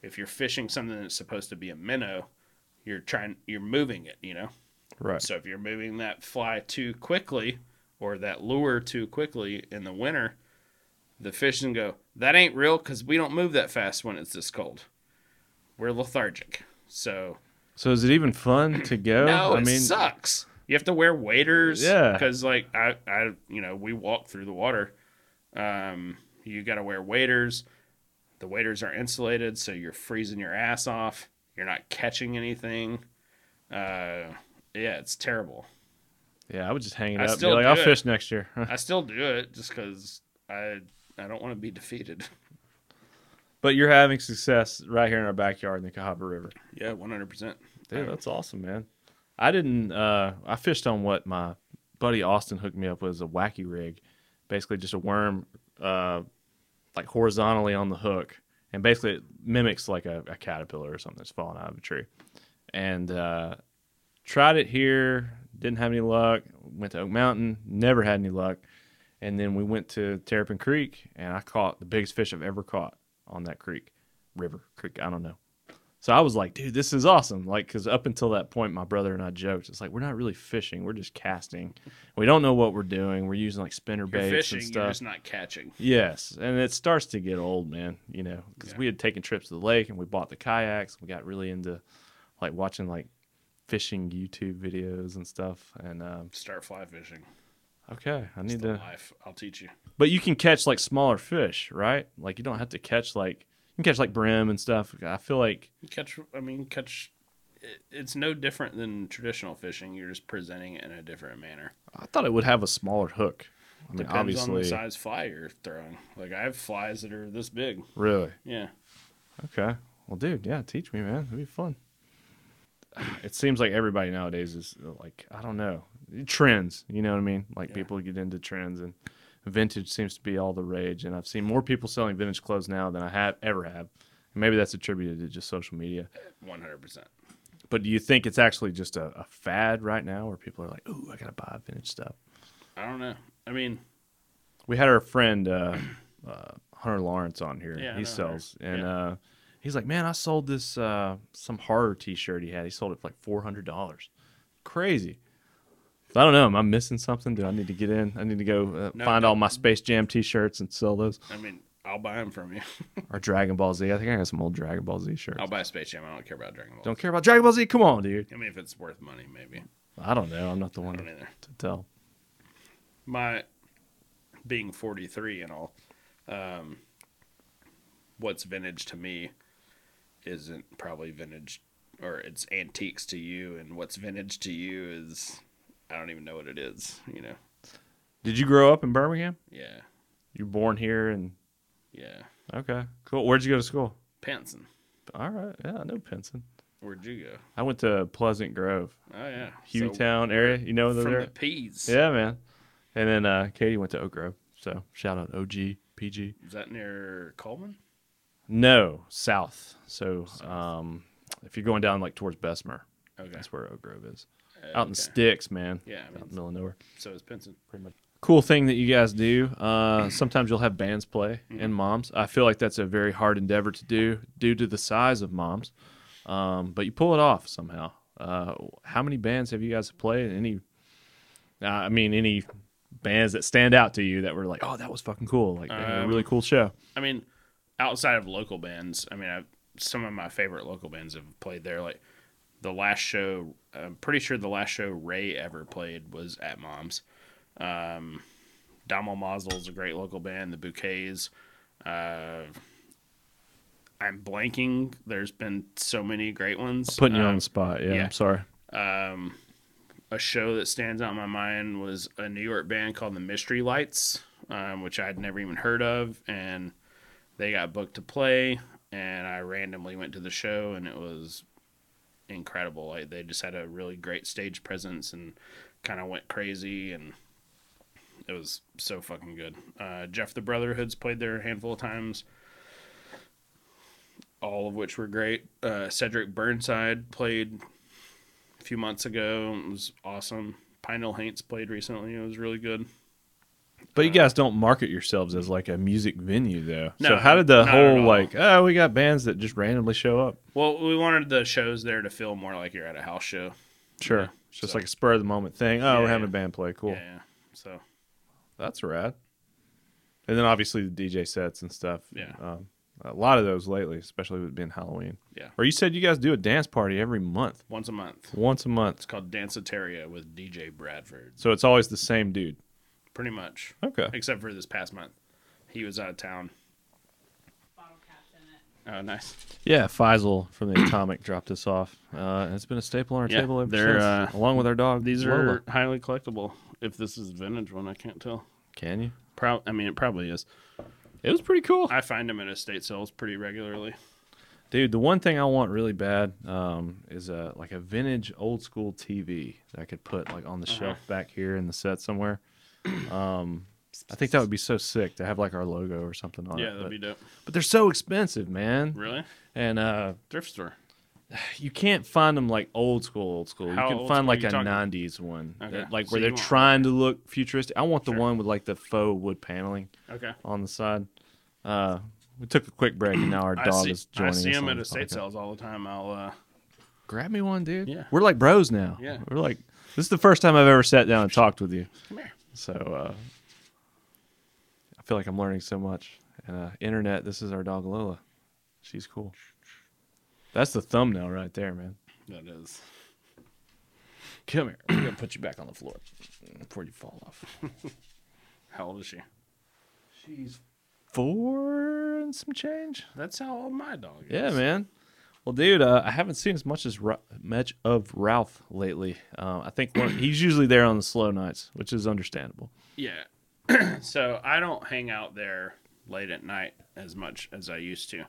[SPEAKER 3] If you're fishing something that's supposed to be a minnow, you're trying, you're moving it, you know.
[SPEAKER 1] Right.
[SPEAKER 3] So if you're moving that fly too quickly or that lure too quickly in the winter, the fish can go, that ain't real because we don't move that fast when it's this cold. We're lethargic. So,
[SPEAKER 1] So is it even fun to go?
[SPEAKER 3] no,
[SPEAKER 1] I
[SPEAKER 3] it
[SPEAKER 1] mean,
[SPEAKER 3] sucks. You have to wear waders.
[SPEAKER 1] Yeah.
[SPEAKER 3] Because, like, I, I, you know, we walk through the water. Um, you got to wear waders. The waders are insulated, so you're freezing your ass off. You're not catching anything. Uh, yeah, it's terrible.
[SPEAKER 1] yeah, I would just hang it
[SPEAKER 3] I
[SPEAKER 1] up. and be
[SPEAKER 3] still
[SPEAKER 1] like, I'll
[SPEAKER 3] do it.
[SPEAKER 1] fish next year.
[SPEAKER 3] I still do it just because I I don't want to be defeated.
[SPEAKER 1] but you're having success right here in our backyard in the Cahaba River.
[SPEAKER 3] Yeah, one hundred percent.
[SPEAKER 1] Dude, that's awesome, man. I didn't. Uh, I fished on what my buddy Austin hooked me up with is a wacky rig, basically just a worm, uh, like horizontally on the hook, and basically it mimics like a, a caterpillar or something that's falling out of a tree. And uh, tried it here, didn't have any luck. Went to Oak Mountain, never had any luck. And then we went to Terrapin Creek, and I caught the biggest fish I've ever caught on that creek, river, creek. I don't know. So I was like, dude, this is awesome. Like, because up until that point, my brother and I joked. It's like, we're not really fishing. We're just casting. We don't know what we're doing. We're using like spinner
[SPEAKER 3] You're
[SPEAKER 1] baits
[SPEAKER 3] fishing,
[SPEAKER 1] and stuff.
[SPEAKER 3] you're just not catching.
[SPEAKER 1] Yes, and it starts to get old, man. You know, because
[SPEAKER 3] Yeah.
[SPEAKER 1] we had taken trips to the lake and we bought the kayaks. We got really into like watching like fishing YouTube videos and stuff. And um,
[SPEAKER 3] Start fly fishing.
[SPEAKER 1] Okay, I
[SPEAKER 3] It's
[SPEAKER 1] need
[SPEAKER 3] the
[SPEAKER 1] to.
[SPEAKER 3] life. I'll teach you.
[SPEAKER 1] But you can catch like smaller fish, right? Like you don't have to catch like you can catch like brim and stuff. I feel like
[SPEAKER 3] You catch. I mean, catch. it- It's no different than traditional fishing. You're just presenting it in a different manner.
[SPEAKER 1] I thought it would have a smaller hook. I mean,
[SPEAKER 3] Depends on the
[SPEAKER 1] obviously,
[SPEAKER 3] size fly you're throwing. Like I have flies that are this big.
[SPEAKER 1] really.
[SPEAKER 3] Yeah.
[SPEAKER 1] Okay. Well, dude, yeah, teach me, man. It'd be fun. It seems like everybody nowadays is uh, like, I don't know, trends. You know what I mean? Like
[SPEAKER 3] Yeah.
[SPEAKER 1] people get into trends, and vintage seems to be all the rage. And I've seen more people selling vintage clothes now than I have ever have. And maybe that's attributed to just social media.
[SPEAKER 3] One hundred percent.
[SPEAKER 1] But do you think it's actually just a, a fad right now, where people are like, "Ooh, I gotta buy vintage stuff"?
[SPEAKER 3] I don't know. I mean,
[SPEAKER 1] we had our friend uh, uh, Hunter Lawrence on here.
[SPEAKER 3] Yeah, I
[SPEAKER 1] he
[SPEAKER 3] know
[SPEAKER 1] sells,
[SPEAKER 3] Hunter.
[SPEAKER 1] and
[SPEAKER 3] Yeah.
[SPEAKER 1] uh, he's like, "Man, I sold this uh, some horror T-shirt he had. He sold it for like four hundred dollars. Crazy." So I don't know. Am I missing something? Do I need to get in? I need to go uh,
[SPEAKER 3] No,
[SPEAKER 1] find
[SPEAKER 3] no.
[SPEAKER 1] all my Space Jam T-shirts and sell those,
[SPEAKER 3] I mean, I'll buy them from you.
[SPEAKER 1] or Dragon Ball Z. I think I got some old Dragon Ball Z shirts.
[SPEAKER 3] I'll buy Space Jam. I don't care about Dragon Ball.
[SPEAKER 1] Don't care about Dragon Ball Z. Come on, dude.
[SPEAKER 3] I mean, if it's worth money, maybe.
[SPEAKER 1] I don't know. I'm not the
[SPEAKER 3] I
[SPEAKER 1] one to,
[SPEAKER 3] don't either.
[SPEAKER 1] to tell.
[SPEAKER 3] my being 43 and all um what's vintage to me isn't probably vintage or it's antiques to you and what's vintage to you is i don't even know what it is you know
[SPEAKER 1] Did you grow up in Birmingham?
[SPEAKER 3] yeah
[SPEAKER 1] You were born here, and
[SPEAKER 3] yeah
[SPEAKER 1] okay, cool. Where'd you go to school?
[SPEAKER 3] Panson.
[SPEAKER 1] All right, yeah, I know Pinson.
[SPEAKER 3] where'd you go
[SPEAKER 1] I went to Pleasant Grove,
[SPEAKER 3] oh yeah So,
[SPEAKER 1] Hueytown area. You know those
[SPEAKER 3] from
[SPEAKER 1] there?
[SPEAKER 3] the peas
[SPEAKER 1] Yeah, man. And then uh, Katie went to Oak Grove. So shout out OG PG.
[SPEAKER 3] is that near coleman
[SPEAKER 1] No, south. So
[SPEAKER 3] South.
[SPEAKER 1] um, if you're going down like towards Bessemer,
[SPEAKER 3] okay
[SPEAKER 1] that's where Oak Grove is.
[SPEAKER 3] Uh,
[SPEAKER 1] Out in the
[SPEAKER 3] okay.
[SPEAKER 1] sticks, man.
[SPEAKER 3] yeah I
[SPEAKER 1] Out in the
[SPEAKER 3] mean,
[SPEAKER 1] middle of nowhere.
[SPEAKER 3] so is Pinson.
[SPEAKER 1] Pretty much. Cool thing that you guys do. Uh, sometimes you'll have bands play
[SPEAKER 3] Mm-hmm.
[SPEAKER 1] and moms. I feel like that's a very hard endeavor to do due to the size of moms, um, but you pull it off somehow. Uh, how many bands have you guys played? Any, uh, I mean, any bands that stand out to you that were like, oh, that was fucking cool. Like they had a
[SPEAKER 3] Um,
[SPEAKER 1] really cool show.
[SPEAKER 3] I mean, outside of local bands, I mean, i some of my favorite local bands have played there. Like the last show, I'm pretty sure the last show Ray ever played was at Mom's. Um, Domo Mazel is a great local band. The Bouquets. Uh, I'm blanking. There's been so many great ones.
[SPEAKER 1] Putting you
[SPEAKER 3] Um,
[SPEAKER 1] on the spot. Yeah,
[SPEAKER 3] yeah.
[SPEAKER 1] I'm sorry.
[SPEAKER 3] um, a show that stands out in my mind was a New York band called the Mystery Lights, um, which I'd never even heard of, and they got booked to play, and I randomly went to the show, and it was incredible. Like they just had a really great stage presence and kind of went crazy, and it was so fucking good. Uh, Jeff the Brotherhood's played there a handful of times all of which were great. Uh, Cedric Burnside played a few months ago. It was awesome. Pinel Haints played recently. It was really good.
[SPEAKER 1] But you guys don't market yourselves as like a music venue, though. so
[SPEAKER 3] Uh, No,
[SPEAKER 1] how did the
[SPEAKER 3] not at
[SPEAKER 1] whole
[SPEAKER 3] all.
[SPEAKER 1] like, oh, we got bands that just randomly show up?
[SPEAKER 3] Well, we wanted the shows there to feel more like you're at a house show.
[SPEAKER 1] Sure.
[SPEAKER 3] Yeah,
[SPEAKER 1] it's just
[SPEAKER 3] so-
[SPEAKER 1] like a spur of the moment thing. Oh, we're
[SPEAKER 3] Yeah,
[SPEAKER 1] having
[SPEAKER 3] yeah.
[SPEAKER 1] a band play. Cool.
[SPEAKER 3] Yeah, yeah. So
[SPEAKER 1] That's rad. And then obviously the DJ sets and stuff.
[SPEAKER 3] Yeah.
[SPEAKER 1] Um, a lot of those lately, especially with it being Halloween.
[SPEAKER 3] Yeah.
[SPEAKER 1] Or you said you guys do a dance party every month,
[SPEAKER 3] once a month.
[SPEAKER 1] once a month.
[SPEAKER 3] It's called Danceteria with DJ Bradford.
[SPEAKER 1] So it's always the same dude.
[SPEAKER 3] Pretty much.
[SPEAKER 1] Okay.
[SPEAKER 3] Except for this past month. He was out of town.
[SPEAKER 2] bottle caps in it.
[SPEAKER 3] Oh, nice.
[SPEAKER 1] Yeah, Faisal from the Atomic dropped us off. Uh, and it's been a staple on our
[SPEAKER 3] Yeah,
[SPEAKER 1] table ever
[SPEAKER 3] they're,
[SPEAKER 1] since,
[SPEAKER 3] uh,
[SPEAKER 1] along with our dog.
[SPEAKER 3] These are
[SPEAKER 1] Lola.
[SPEAKER 3] highly collectible. If this is a vintage one, I can't tell.
[SPEAKER 1] Can you?
[SPEAKER 3] Pro- I mean, it probably is.
[SPEAKER 1] It was pretty cool.
[SPEAKER 3] I find them at estate sales pretty regularly.
[SPEAKER 1] Dude, the one thing I want really bad um, is a like a vintage old school TV that I could put like on the
[SPEAKER 3] Uh-huh.
[SPEAKER 1] shelf back here in the set somewhere. Um, I think that would be so sick to have like our logo or something on
[SPEAKER 3] yeah,
[SPEAKER 1] it.
[SPEAKER 3] that'd
[SPEAKER 1] but,
[SPEAKER 3] be dope.
[SPEAKER 1] but they're so expensive, man.
[SPEAKER 3] Really?
[SPEAKER 1] And uh,
[SPEAKER 3] Thrift store.
[SPEAKER 1] you can't find them like old school, old school.
[SPEAKER 3] How
[SPEAKER 1] you
[SPEAKER 3] old
[SPEAKER 1] can find
[SPEAKER 3] school
[SPEAKER 1] like
[SPEAKER 3] you
[SPEAKER 1] a
[SPEAKER 3] talking?
[SPEAKER 1] '90s one,
[SPEAKER 3] Okay,
[SPEAKER 1] that- like
[SPEAKER 3] so
[SPEAKER 1] where
[SPEAKER 3] you
[SPEAKER 1] they're
[SPEAKER 3] want-
[SPEAKER 1] trying to look futuristic. I want the
[SPEAKER 3] Sure.
[SPEAKER 1] one with like the faux wood paneling
[SPEAKER 3] Okay.
[SPEAKER 1] on the side. Uh, we took a quick break, and now our
[SPEAKER 3] I
[SPEAKER 1] dog
[SPEAKER 3] see,
[SPEAKER 1] is joining
[SPEAKER 3] I see
[SPEAKER 1] us
[SPEAKER 3] them
[SPEAKER 1] on
[SPEAKER 3] at
[SPEAKER 1] the
[SPEAKER 3] estate
[SPEAKER 1] podcast.
[SPEAKER 3] sales all the time. I'll uh,
[SPEAKER 1] Grab me one, dude.
[SPEAKER 3] Yeah.
[SPEAKER 1] We're like bros now.
[SPEAKER 3] Yeah.
[SPEAKER 1] We're like this is the first time I've ever sat down and talked with you.
[SPEAKER 3] come here.
[SPEAKER 1] So uh I feel like I'm learning so much. And uh internet, this is our dog Lola. She's cool. That's the thumbnail right there, man.
[SPEAKER 3] That is.
[SPEAKER 1] Come here. I'm gonna put you back on the floor before you fall off.
[SPEAKER 3] How old is she?
[SPEAKER 1] She's four and some change.
[SPEAKER 3] That's how old my dog is.
[SPEAKER 1] Yeah, man. Well, dude, uh, I haven't seen as much as Ra- much of Ralph lately. Um, I think one, he's usually there on the slow nights, which is understandable.
[SPEAKER 3] Yeah. so I don't hang out there late at night as much as I used to.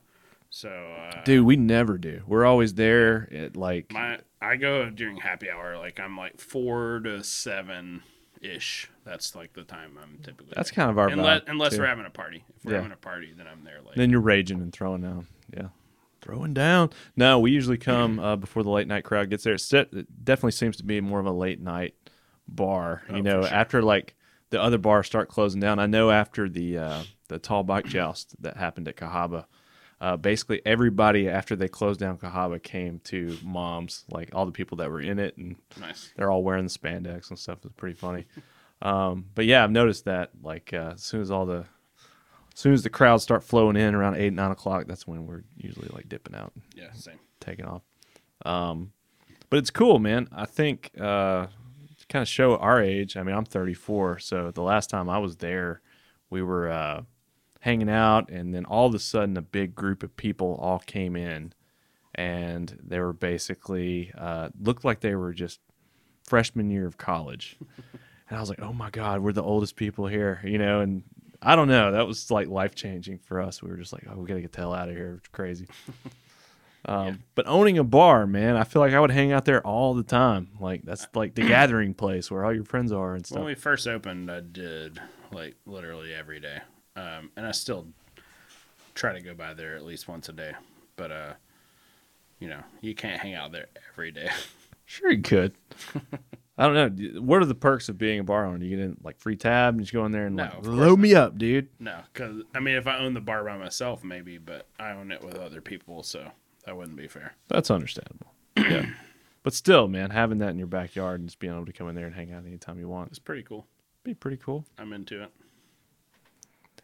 [SPEAKER 3] So uh,
[SPEAKER 1] Dude, we never do. We're always there at like
[SPEAKER 3] my I go during happy hour. Like I'm like four to seven ish. That's like the time I'm typically.
[SPEAKER 1] that's
[SPEAKER 3] there.
[SPEAKER 1] kind of our
[SPEAKER 3] unless
[SPEAKER 1] vibe,
[SPEAKER 3] unless
[SPEAKER 1] too.
[SPEAKER 3] we're having a party. If we're
[SPEAKER 1] Yeah.
[SPEAKER 3] having a party, then I'm there late.
[SPEAKER 1] Then you're raging and throwing down. Yeah. Throwing down. No, we usually come uh, before the late night crowd gets there. It's de- it definitely seems to be more of a late night bar.
[SPEAKER 3] Oh,
[SPEAKER 1] you know,
[SPEAKER 3] for sure.
[SPEAKER 1] after like the other bars start closing down. I know after the uh, the tall bike joust that happened at Cahaba, uh, basically everybody after they closed down Cahaba came to Mom's, like all the people that were in it, and
[SPEAKER 3] nice.
[SPEAKER 1] they're all wearing the spandex and stuff. It's pretty funny. Um, but yeah, I've noticed that like uh, as soon as all the as soon as the crowds start flowing in around eight nine o'clock, that's when we're usually like dipping out, and
[SPEAKER 3] Yeah, same.
[SPEAKER 1] taking off. Um, but it's cool, man. I think uh, to kind of show our age. I mean, I'm 34, so the last time I was there, we were uh, hanging out, and then all of a sudden, a big group of people all came in, and they were basically uh, looked like they were just freshman year of college. And I was like, oh my God, we're the oldest people here, you know? And I don't know. That was like life changing for us. We were just like, oh, we got to get the hell out of here. It's crazy. Um, But owning a bar, man, I feel like I would hang out there all the time. Like, that's like the gathering place where all your friends are and
[SPEAKER 3] When
[SPEAKER 1] stuff.
[SPEAKER 3] we first opened, I did like literally every day, um, and I still try to go by there at least once a day. But uh, you know, you can't hang out there every day.
[SPEAKER 1] Sure, you could. I don't know. d- What are the perks of being a bar owner? You get in like free tab and just go in there and
[SPEAKER 3] No,
[SPEAKER 1] like,
[SPEAKER 3] of course
[SPEAKER 1] load me up, dude.
[SPEAKER 3] no, because I mean, if I owned the bar by myself, maybe, but I own it with other people, so that wouldn't be fair.
[SPEAKER 1] That's understandable. yeah. But still, man, having that in your backyard and just being able to come in there and hang out anytime you want
[SPEAKER 3] It's pretty cool.
[SPEAKER 1] would be pretty cool.
[SPEAKER 3] I'm into it.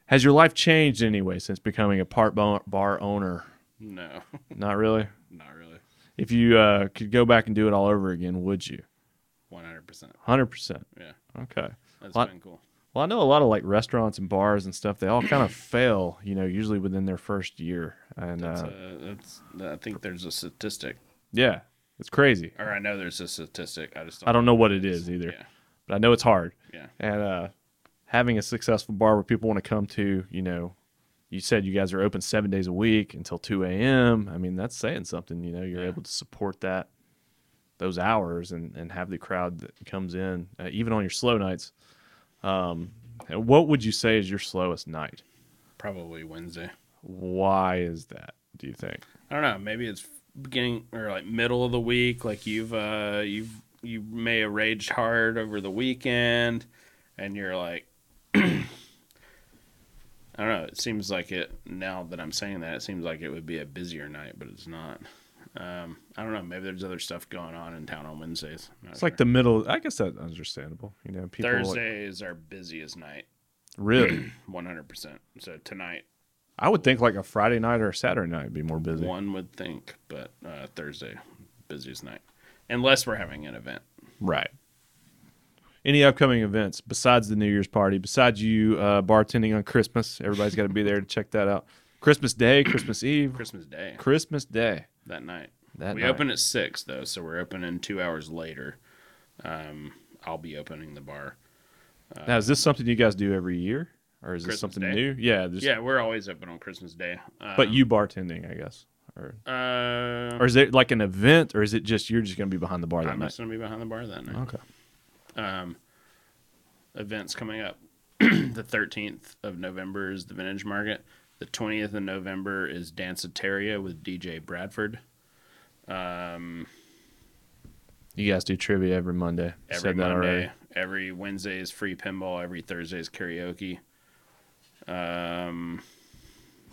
[SPEAKER 1] Has your life changed anyway since becoming a part bar, bar owner?
[SPEAKER 3] No,
[SPEAKER 1] Not really.
[SPEAKER 3] not really.
[SPEAKER 1] If you uh, could go back and do it all over again, would you?
[SPEAKER 3] One hundred percent.
[SPEAKER 1] 100%.
[SPEAKER 3] Yeah,
[SPEAKER 1] Okay.
[SPEAKER 3] that's
[SPEAKER 1] What?
[SPEAKER 3] been cool.
[SPEAKER 1] Well, I know a lot of like restaurants and bars and stuff, they all kind of fail, you know, usually within their first year. And
[SPEAKER 3] That's,
[SPEAKER 1] uh,
[SPEAKER 3] uh, that's. I think there's a statistic,
[SPEAKER 1] yeah, it's crazy.
[SPEAKER 3] or I know there's a statistic. I just. Don't
[SPEAKER 1] I don't know what it is either,
[SPEAKER 3] Yeah.
[SPEAKER 1] but I know it's hard.
[SPEAKER 3] Yeah.
[SPEAKER 1] and uh, having a successful bar where people want to come to, you know, you said you guys are open seven days a week until 2 a.m. I mean, that's saying something, you know, you're
[SPEAKER 3] Yeah.
[SPEAKER 1] able to support that, those hours and, and have the crowd that comes in, uh, even on your slow nights. Um, and what would you say is your slowest night?
[SPEAKER 3] Probably Wednesday.
[SPEAKER 1] Why is that, do you think?
[SPEAKER 3] I don't know. Maybe it's beginning or like middle of the week. Like you've uh you've you may have raged hard over the weekend, and you're like, I don't know. It seems like it now that I'm saying that. It seems like it would be a busier night, but it's not. Um, I don't know. Maybe there's other stuff going on in town on Wednesdays. I'm not
[SPEAKER 1] It's like
[SPEAKER 3] sure.
[SPEAKER 1] the middle. I guess that's understandable. You know, people like-
[SPEAKER 3] Thursday is our busiest night,
[SPEAKER 1] really.
[SPEAKER 3] 100. percent So tonight,
[SPEAKER 1] I would think like a Friday night or a Saturday night would be more busy.
[SPEAKER 3] one would think, but uh, Thursday, busiest night, unless we're having an event.
[SPEAKER 1] Right. Any upcoming events besides the New Year's party, besides you uh, bartending on Christmas? Everybody's got to be there to check that out. Christmas Day, Christmas Eve,
[SPEAKER 3] Christmas Day
[SPEAKER 1] Christmas Day.
[SPEAKER 3] that night.
[SPEAKER 1] That
[SPEAKER 3] we
[SPEAKER 1] night.
[SPEAKER 3] open at six though, so we're opening two hours later. Um, I'll be opening the bar.
[SPEAKER 1] now, is this something you guys do every year, or is this
[SPEAKER 3] Uh, Christmas
[SPEAKER 1] something
[SPEAKER 3] Day?
[SPEAKER 1] new? Yeah, there's,
[SPEAKER 3] Yeah, we're always open on Christmas Day. Um,
[SPEAKER 1] But you bartending, I guess, or
[SPEAKER 3] uh,
[SPEAKER 1] or is it like an event, or is it just you're just gonna be behind the bar that
[SPEAKER 3] I'm
[SPEAKER 1] night?
[SPEAKER 3] just gonna be behind the bar that night.
[SPEAKER 1] Okay.
[SPEAKER 3] Um, events coming up. the 13th of November is the Vintage Market. The 20th of November is Danceteria with DJ Bradford.
[SPEAKER 1] You guys do trivia every Monday.
[SPEAKER 3] Every
[SPEAKER 1] Said that
[SPEAKER 3] Monday,
[SPEAKER 1] already.
[SPEAKER 3] every Wednesday is free pinball. Every Thursday is karaoke. Um,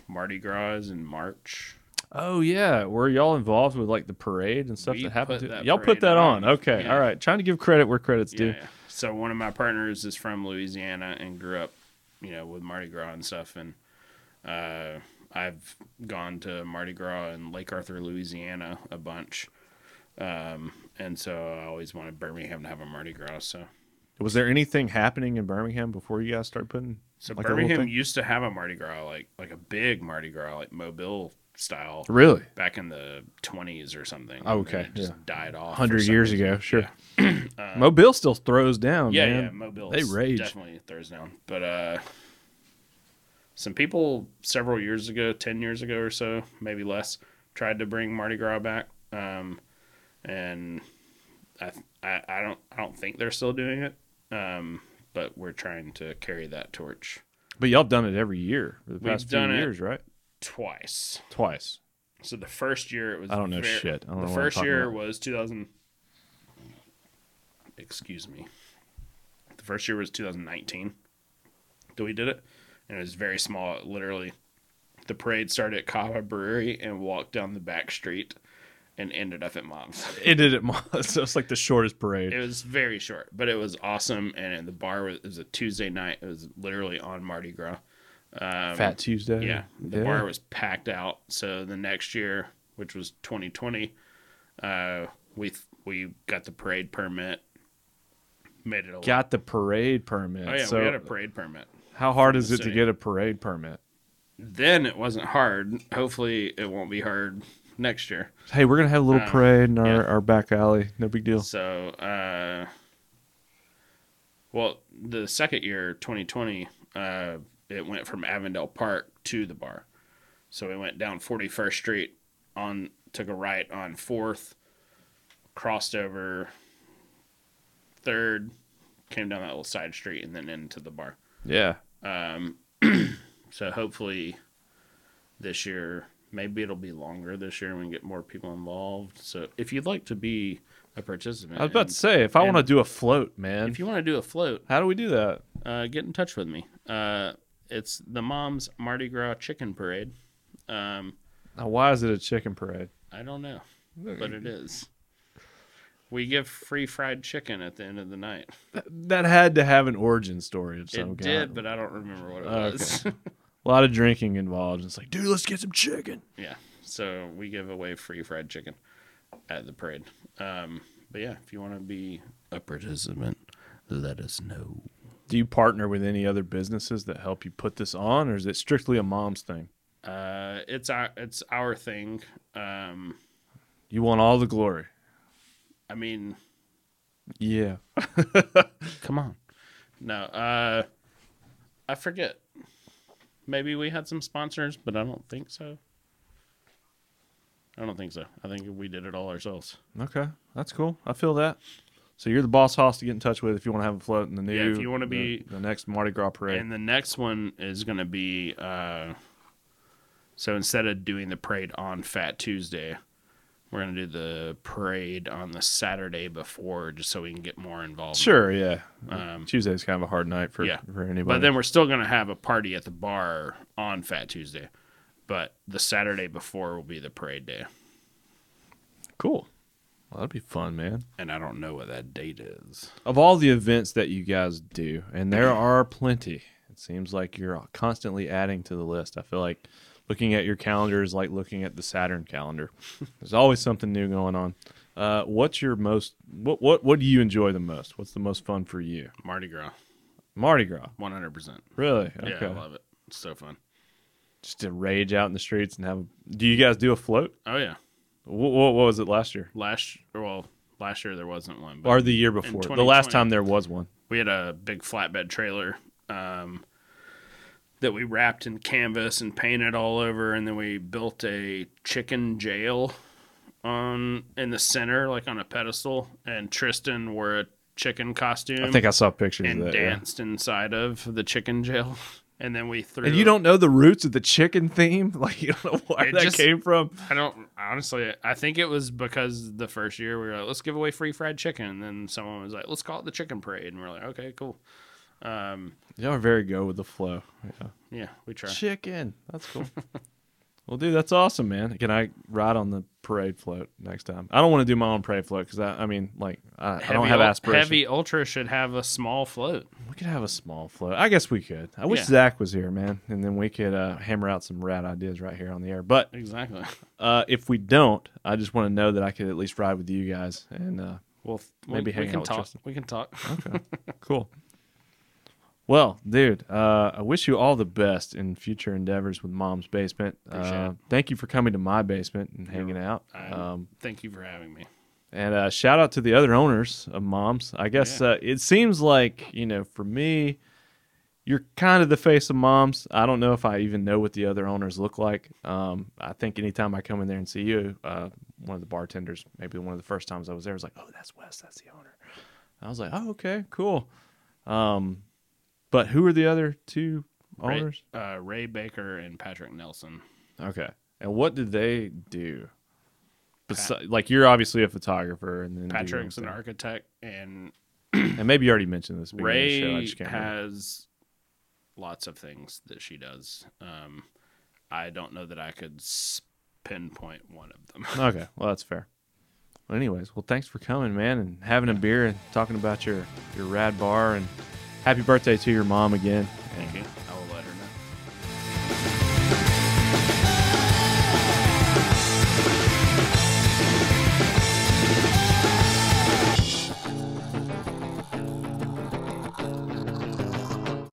[SPEAKER 3] Mardi Gras is in March.
[SPEAKER 1] Oh yeah, were y'all involved with like the parade and stuff
[SPEAKER 3] We
[SPEAKER 1] that happened?
[SPEAKER 3] put
[SPEAKER 1] to-
[SPEAKER 3] that
[SPEAKER 1] y'all put
[SPEAKER 3] parade
[SPEAKER 1] that on.
[SPEAKER 3] on.
[SPEAKER 1] Okay,
[SPEAKER 3] Yeah.
[SPEAKER 1] all right. Trying to give credit where credit's
[SPEAKER 3] Yeah,
[SPEAKER 1] due.
[SPEAKER 3] yeah. So one of my partners is from Louisiana and grew up, you know, with Mardi Gras and stuff. And uh, I've gone to Mardi Gras in Lake Arthur, Louisiana, a bunch. Um, and so I always wanted Birmingham to have a Mardi Gras. So,
[SPEAKER 1] Was there anything happening in Birmingham before you guys started putting?
[SPEAKER 3] so
[SPEAKER 1] Like a little
[SPEAKER 3] Birmingham
[SPEAKER 1] thing?
[SPEAKER 3] used to have a Mardi Gras, like like a big Mardi Gras, like Mobile style,
[SPEAKER 1] Really,
[SPEAKER 3] back in the 20s or something. and
[SPEAKER 1] Oh, Okay,
[SPEAKER 3] then it just
[SPEAKER 1] yeah.
[SPEAKER 3] died off. for
[SPEAKER 1] hundred
[SPEAKER 3] some
[SPEAKER 1] years
[SPEAKER 3] reason.
[SPEAKER 1] ago, sure.
[SPEAKER 3] Uh,
[SPEAKER 1] Mobile still throws down.
[SPEAKER 3] yeah,
[SPEAKER 1] Oh, man.
[SPEAKER 3] yeah, Mobile.
[SPEAKER 1] They
[SPEAKER 3] is
[SPEAKER 1] rage.
[SPEAKER 3] Definitely throws down. But uh, some people several years ago, ten years ago or so, maybe less, tried to bring Mardi Gras back, um, and I, th- I, I don't, I don't think they're still doing it. Um, but we're trying to carry that torch
[SPEAKER 1] But y'all done it every year for the
[SPEAKER 3] We've
[SPEAKER 1] past few
[SPEAKER 3] done it.
[SPEAKER 1] years, right?
[SPEAKER 3] twice.
[SPEAKER 1] Twice.
[SPEAKER 3] So the first year it was.
[SPEAKER 1] I don't know
[SPEAKER 3] ver-
[SPEAKER 1] shit. I don't know
[SPEAKER 3] the
[SPEAKER 1] what I'm
[SPEAKER 3] first
[SPEAKER 1] talking
[SPEAKER 3] year
[SPEAKER 1] about.
[SPEAKER 3] was 2000. Excuse me. The first year was 2019. That we did it, and it was very small. Literally, the parade started at Kava Brewery and walked down the back street, and ended up at Mom's.
[SPEAKER 1] It did it. mo- So it's like the shortest parade.
[SPEAKER 3] It was very short, but it was awesome. And the bar was, it was a Tuesday night. It was literally on Mardi Gras. Um,
[SPEAKER 1] Fat Tuesday.
[SPEAKER 3] yeah, the bar was packed out. So the next year, which was 2020, uh, we we got the parade permit, made it a
[SPEAKER 1] Got the parade permit.
[SPEAKER 3] Oh yeah,
[SPEAKER 1] so
[SPEAKER 3] we had a parade permit.
[SPEAKER 1] how hard is
[SPEAKER 3] the
[SPEAKER 1] it to
[SPEAKER 3] city.
[SPEAKER 1] get a parade permit?
[SPEAKER 3] Then it wasn't hard. Hopefully, it won't be hard next year.
[SPEAKER 1] Hey, we're gonna have a little
[SPEAKER 3] Um,
[SPEAKER 1] parade in our,
[SPEAKER 3] yeah.
[SPEAKER 1] our back alley. No big deal.
[SPEAKER 3] So, uh, well, the second year, 2020, uh, it went from Avondale Park to the bar. So we went down 41st Street, on took a right on Fourth, crossed over Third, came down that little side street, and then into the bar.
[SPEAKER 1] Yeah.
[SPEAKER 3] Um, so hopefully this year, maybe it'll be longer this year and we can get more people involved. So if you'd like to be a participant,
[SPEAKER 1] I was about
[SPEAKER 3] and
[SPEAKER 1] to say, if I
[SPEAKER 3] and-
[SPEAKER 1] want to do a float, man,
[SPEAKER 3] if you want to do a float,
[SPEAKER 1] how do we do that?
[SPEAKER 3] uh, get in touch with me. Uh, it's the Mom's Mardi Gras Chicken Parade. Um,
[SPEAKER 1] Now, why is it a chicken parade?
[SPEAKER 3] I don't know, but it is. We give free fried chicken at the end of the night.
[SPEAKER 1] That had to have an origin story of some
[SPEAKER 3] it
[SPEAKER 1] kind.
[SPEAKER 3] did, but I don't remember what it
[SPEAKER 1] Okay.
[SPEAKER 3] was.
[SPEAKER 1] a lot of drinking involved. It's like, dude, let's get some chicken.
[SPEAKER 3] Yeah. So we give away free fried chicken at the parade. Um, but yeah, if you want to be a participant, let us know.
[SPEAKER 1] Do you partner with any other businesses that help you put this on, or is it strictly a mom's thing?
[SPEAKER 3] Uh, it's our it's our thing. Um,
[SPEAKER 1] You want all the glory.
[SPEAKER 3] I mean,
[SPEAKER 1] Yeah.
[SPEAKER 3] come on. No, uh, I forget. Maybe we had some sponsors, but I don't think so. I don't think so. I think we did it all ourselves.
[SPEAKER 1] Okay. That's cool. I feel that. So you're the boss hoss to get in touch with if you want to have a float in the new
[SPEAKER 3] Yeah, if you wanna
[SPEAKER 1] the-
[SPEAKER 3] be-
[SPEAKER 1] the, next Mardi Gras parade.
[SPEAKER 3] And the next one is going to be uh, so instead of doing the parade on Fat Tuesday, we're going to do the parade on the Saturday before just so we can get more involved.
[SPEAKER 1] sure, yeah.
[SPEAKER 3] Um,
[SPEAKER 1] Tuesday's kind of a hard night for
[SPEAKER 3] yeah.
[SPEAKER 1] for anybody.
[SPEAKER 3] But then we're still going to have a party at the bar on Fat Tuesday. But the Saturday before will be the parade day.
[SPEAKER 1] cool. Well, that'd be fun, man.
[SPEAKER 3] And I don't know what that date is.
[SPEAKER 1] Of all the events that you guys do, and there are plenty. It seems like you're constantly adding to the list. I feel like looking at your calendar is like looking at the Saturn calendar. There's always something new going on. Uh, what's your most what what what do you enjoy the most? What's the most fun for you?
[SPEAKER 3] Mardi Gras.
[SPEAKER 1] Mardi Gras.
[SPEAKER 3] 100%.
[SPEAKER 1] Really?
[SPEAKER 3] Yeah,
[SPEAKER 1] Okay.
[SPEAKER 3] I love it. It's so fun.
[SPEAKER 1] Just to rage out in the streets and have. Do you guys do a float?
[SPEAKER 3] Oh, yeah.
[SPEAKER 1] What, what was it last year?
[SPEAKER 3] Last, well, last year there wasn't one. But
[SPEAKER 1] Or the year before? The
[SPEAKER 3] 2020.
[SPEAKER 1] last time there was one.
[SPEAKER 3] we had a big flatbed trailer um, that we wrapped in canvas and painted all over, and then we built a chicken jail on in the center, like on a pedestal. And Tristan wore a chicken costume
[SPEAKER 1] I think I saw pictures
[SPEAKER 3] and
[SPEAKER 1] of that. yeah.
[SPEAKER 3] danced inside of the chicken jail. And then we threw.
[SPEAKER 1] And you don't know the roots of the chicken theme? Like you don't know where
[SPEAKER 3] It
[SPEAKER 1] that
[SPEAKER 3] just-
[SPEAKER 1] came from?
[SPEAKER 3] I don't honestly. I think it was because the first year we were like, let's give away free fried chicken, and then someone was like, let's call it the chicken parade, and we're like, okay, cool. Um,
[SPEAKER 1] Y'all are very go with the flow. Yeah.
[SPEAKER 3] yeah, we tried.
[SPEAKER 1] Chicken. That's cool. Well, dude, that's awesome, man. Can I ride on the parade float next time? I don't want to do my own parade float because I, I mean, like, I, I don't have
[SPEAKER 3] ul-
[SPEAKER 1] aspirations.
[SPEAKER 3] Heavy Ultra should have a small float.
[SPEAKER 1] We could have a small float. I guess we could. I wish
[SPEAKER 3] Yeah.
[SPEAKER 1] Zach was here, man, and then we could uh, hammer out some rad ideas right here on the air. But
[SPEAKER 3] Exactly.
[SPEAKER 1] uh, if we don't, I just want to know that I could at least ride with you guys, and uh,
[SPEAKER 3] Well, we,
[SPEAKER 1] Maybe hang
[SPEAKER 3] we
[SPEAKER 1] out
[SPEAKER 3] can
[SPEAKER 1] with
[SPEAKER 3] talk.
[SPEAKER 1] Tristan.
[SPEAKER 3] We can talk.
[SPEAKER 1] Okay. cool. Well, dude, uh, I wish you all the best in future endeavors with Mom's Basement.
[SPEAKER 3] Appreciate
[SPEAKER 1] Uh,
[SPEAKER 3] it.
[SPEAKER 1] thank you for coming to my basement and hanging out.
[SPEAKER 3] I'm-
[SPEAKER 1] Um,
[SPEAKER 3] Thank you for having me.
[SPEAKER 1] and uh, shout out to the other owners of Mom's. I guess
[SPEAKER 3] Yeah.
[SPEAKER 1] uh, it seems like, you know, for me, you're kind of the face of Mom's. I don't know if I even know what the other owners look like. Um, I think anytime I come in there and see you, uh, one of the bartenders, maybe one of the first times I was there, was like, oh, that's Wes. That's the owner. I was like, oh, okay, cool. Um, but who are the other two
[SPEAKER 3] Ray-
[SPEAKER 1] owners?
[SPEAKER 3] uh, Ray Baker and Patrick Nelson.
[SPEAKER 1] Okay. And what did they do? Besi- like you're obviously a photographer, and then do your own
[SPEAKER 3] Patrick's an
[SPEAKER 1] thing.
[SPEAKER 3] architect, and
[SPEAKER 1] And maybe you already mentioned this. at the beginning of the show, I
[SPEAKER 3] Ray
[SPEAKER 1] just can't remember.
[SPEAKER 3] has lots of things that she does. Um, I don't know that I could s- pinpoint one of them.
[SPEAKER 1] Okay, well that's fair. Well, anyways, well thanks for coming, man, and having a beer and talking about your your rad bar and happy birthday to your mom again.
[SPEAKER 3] Thank you.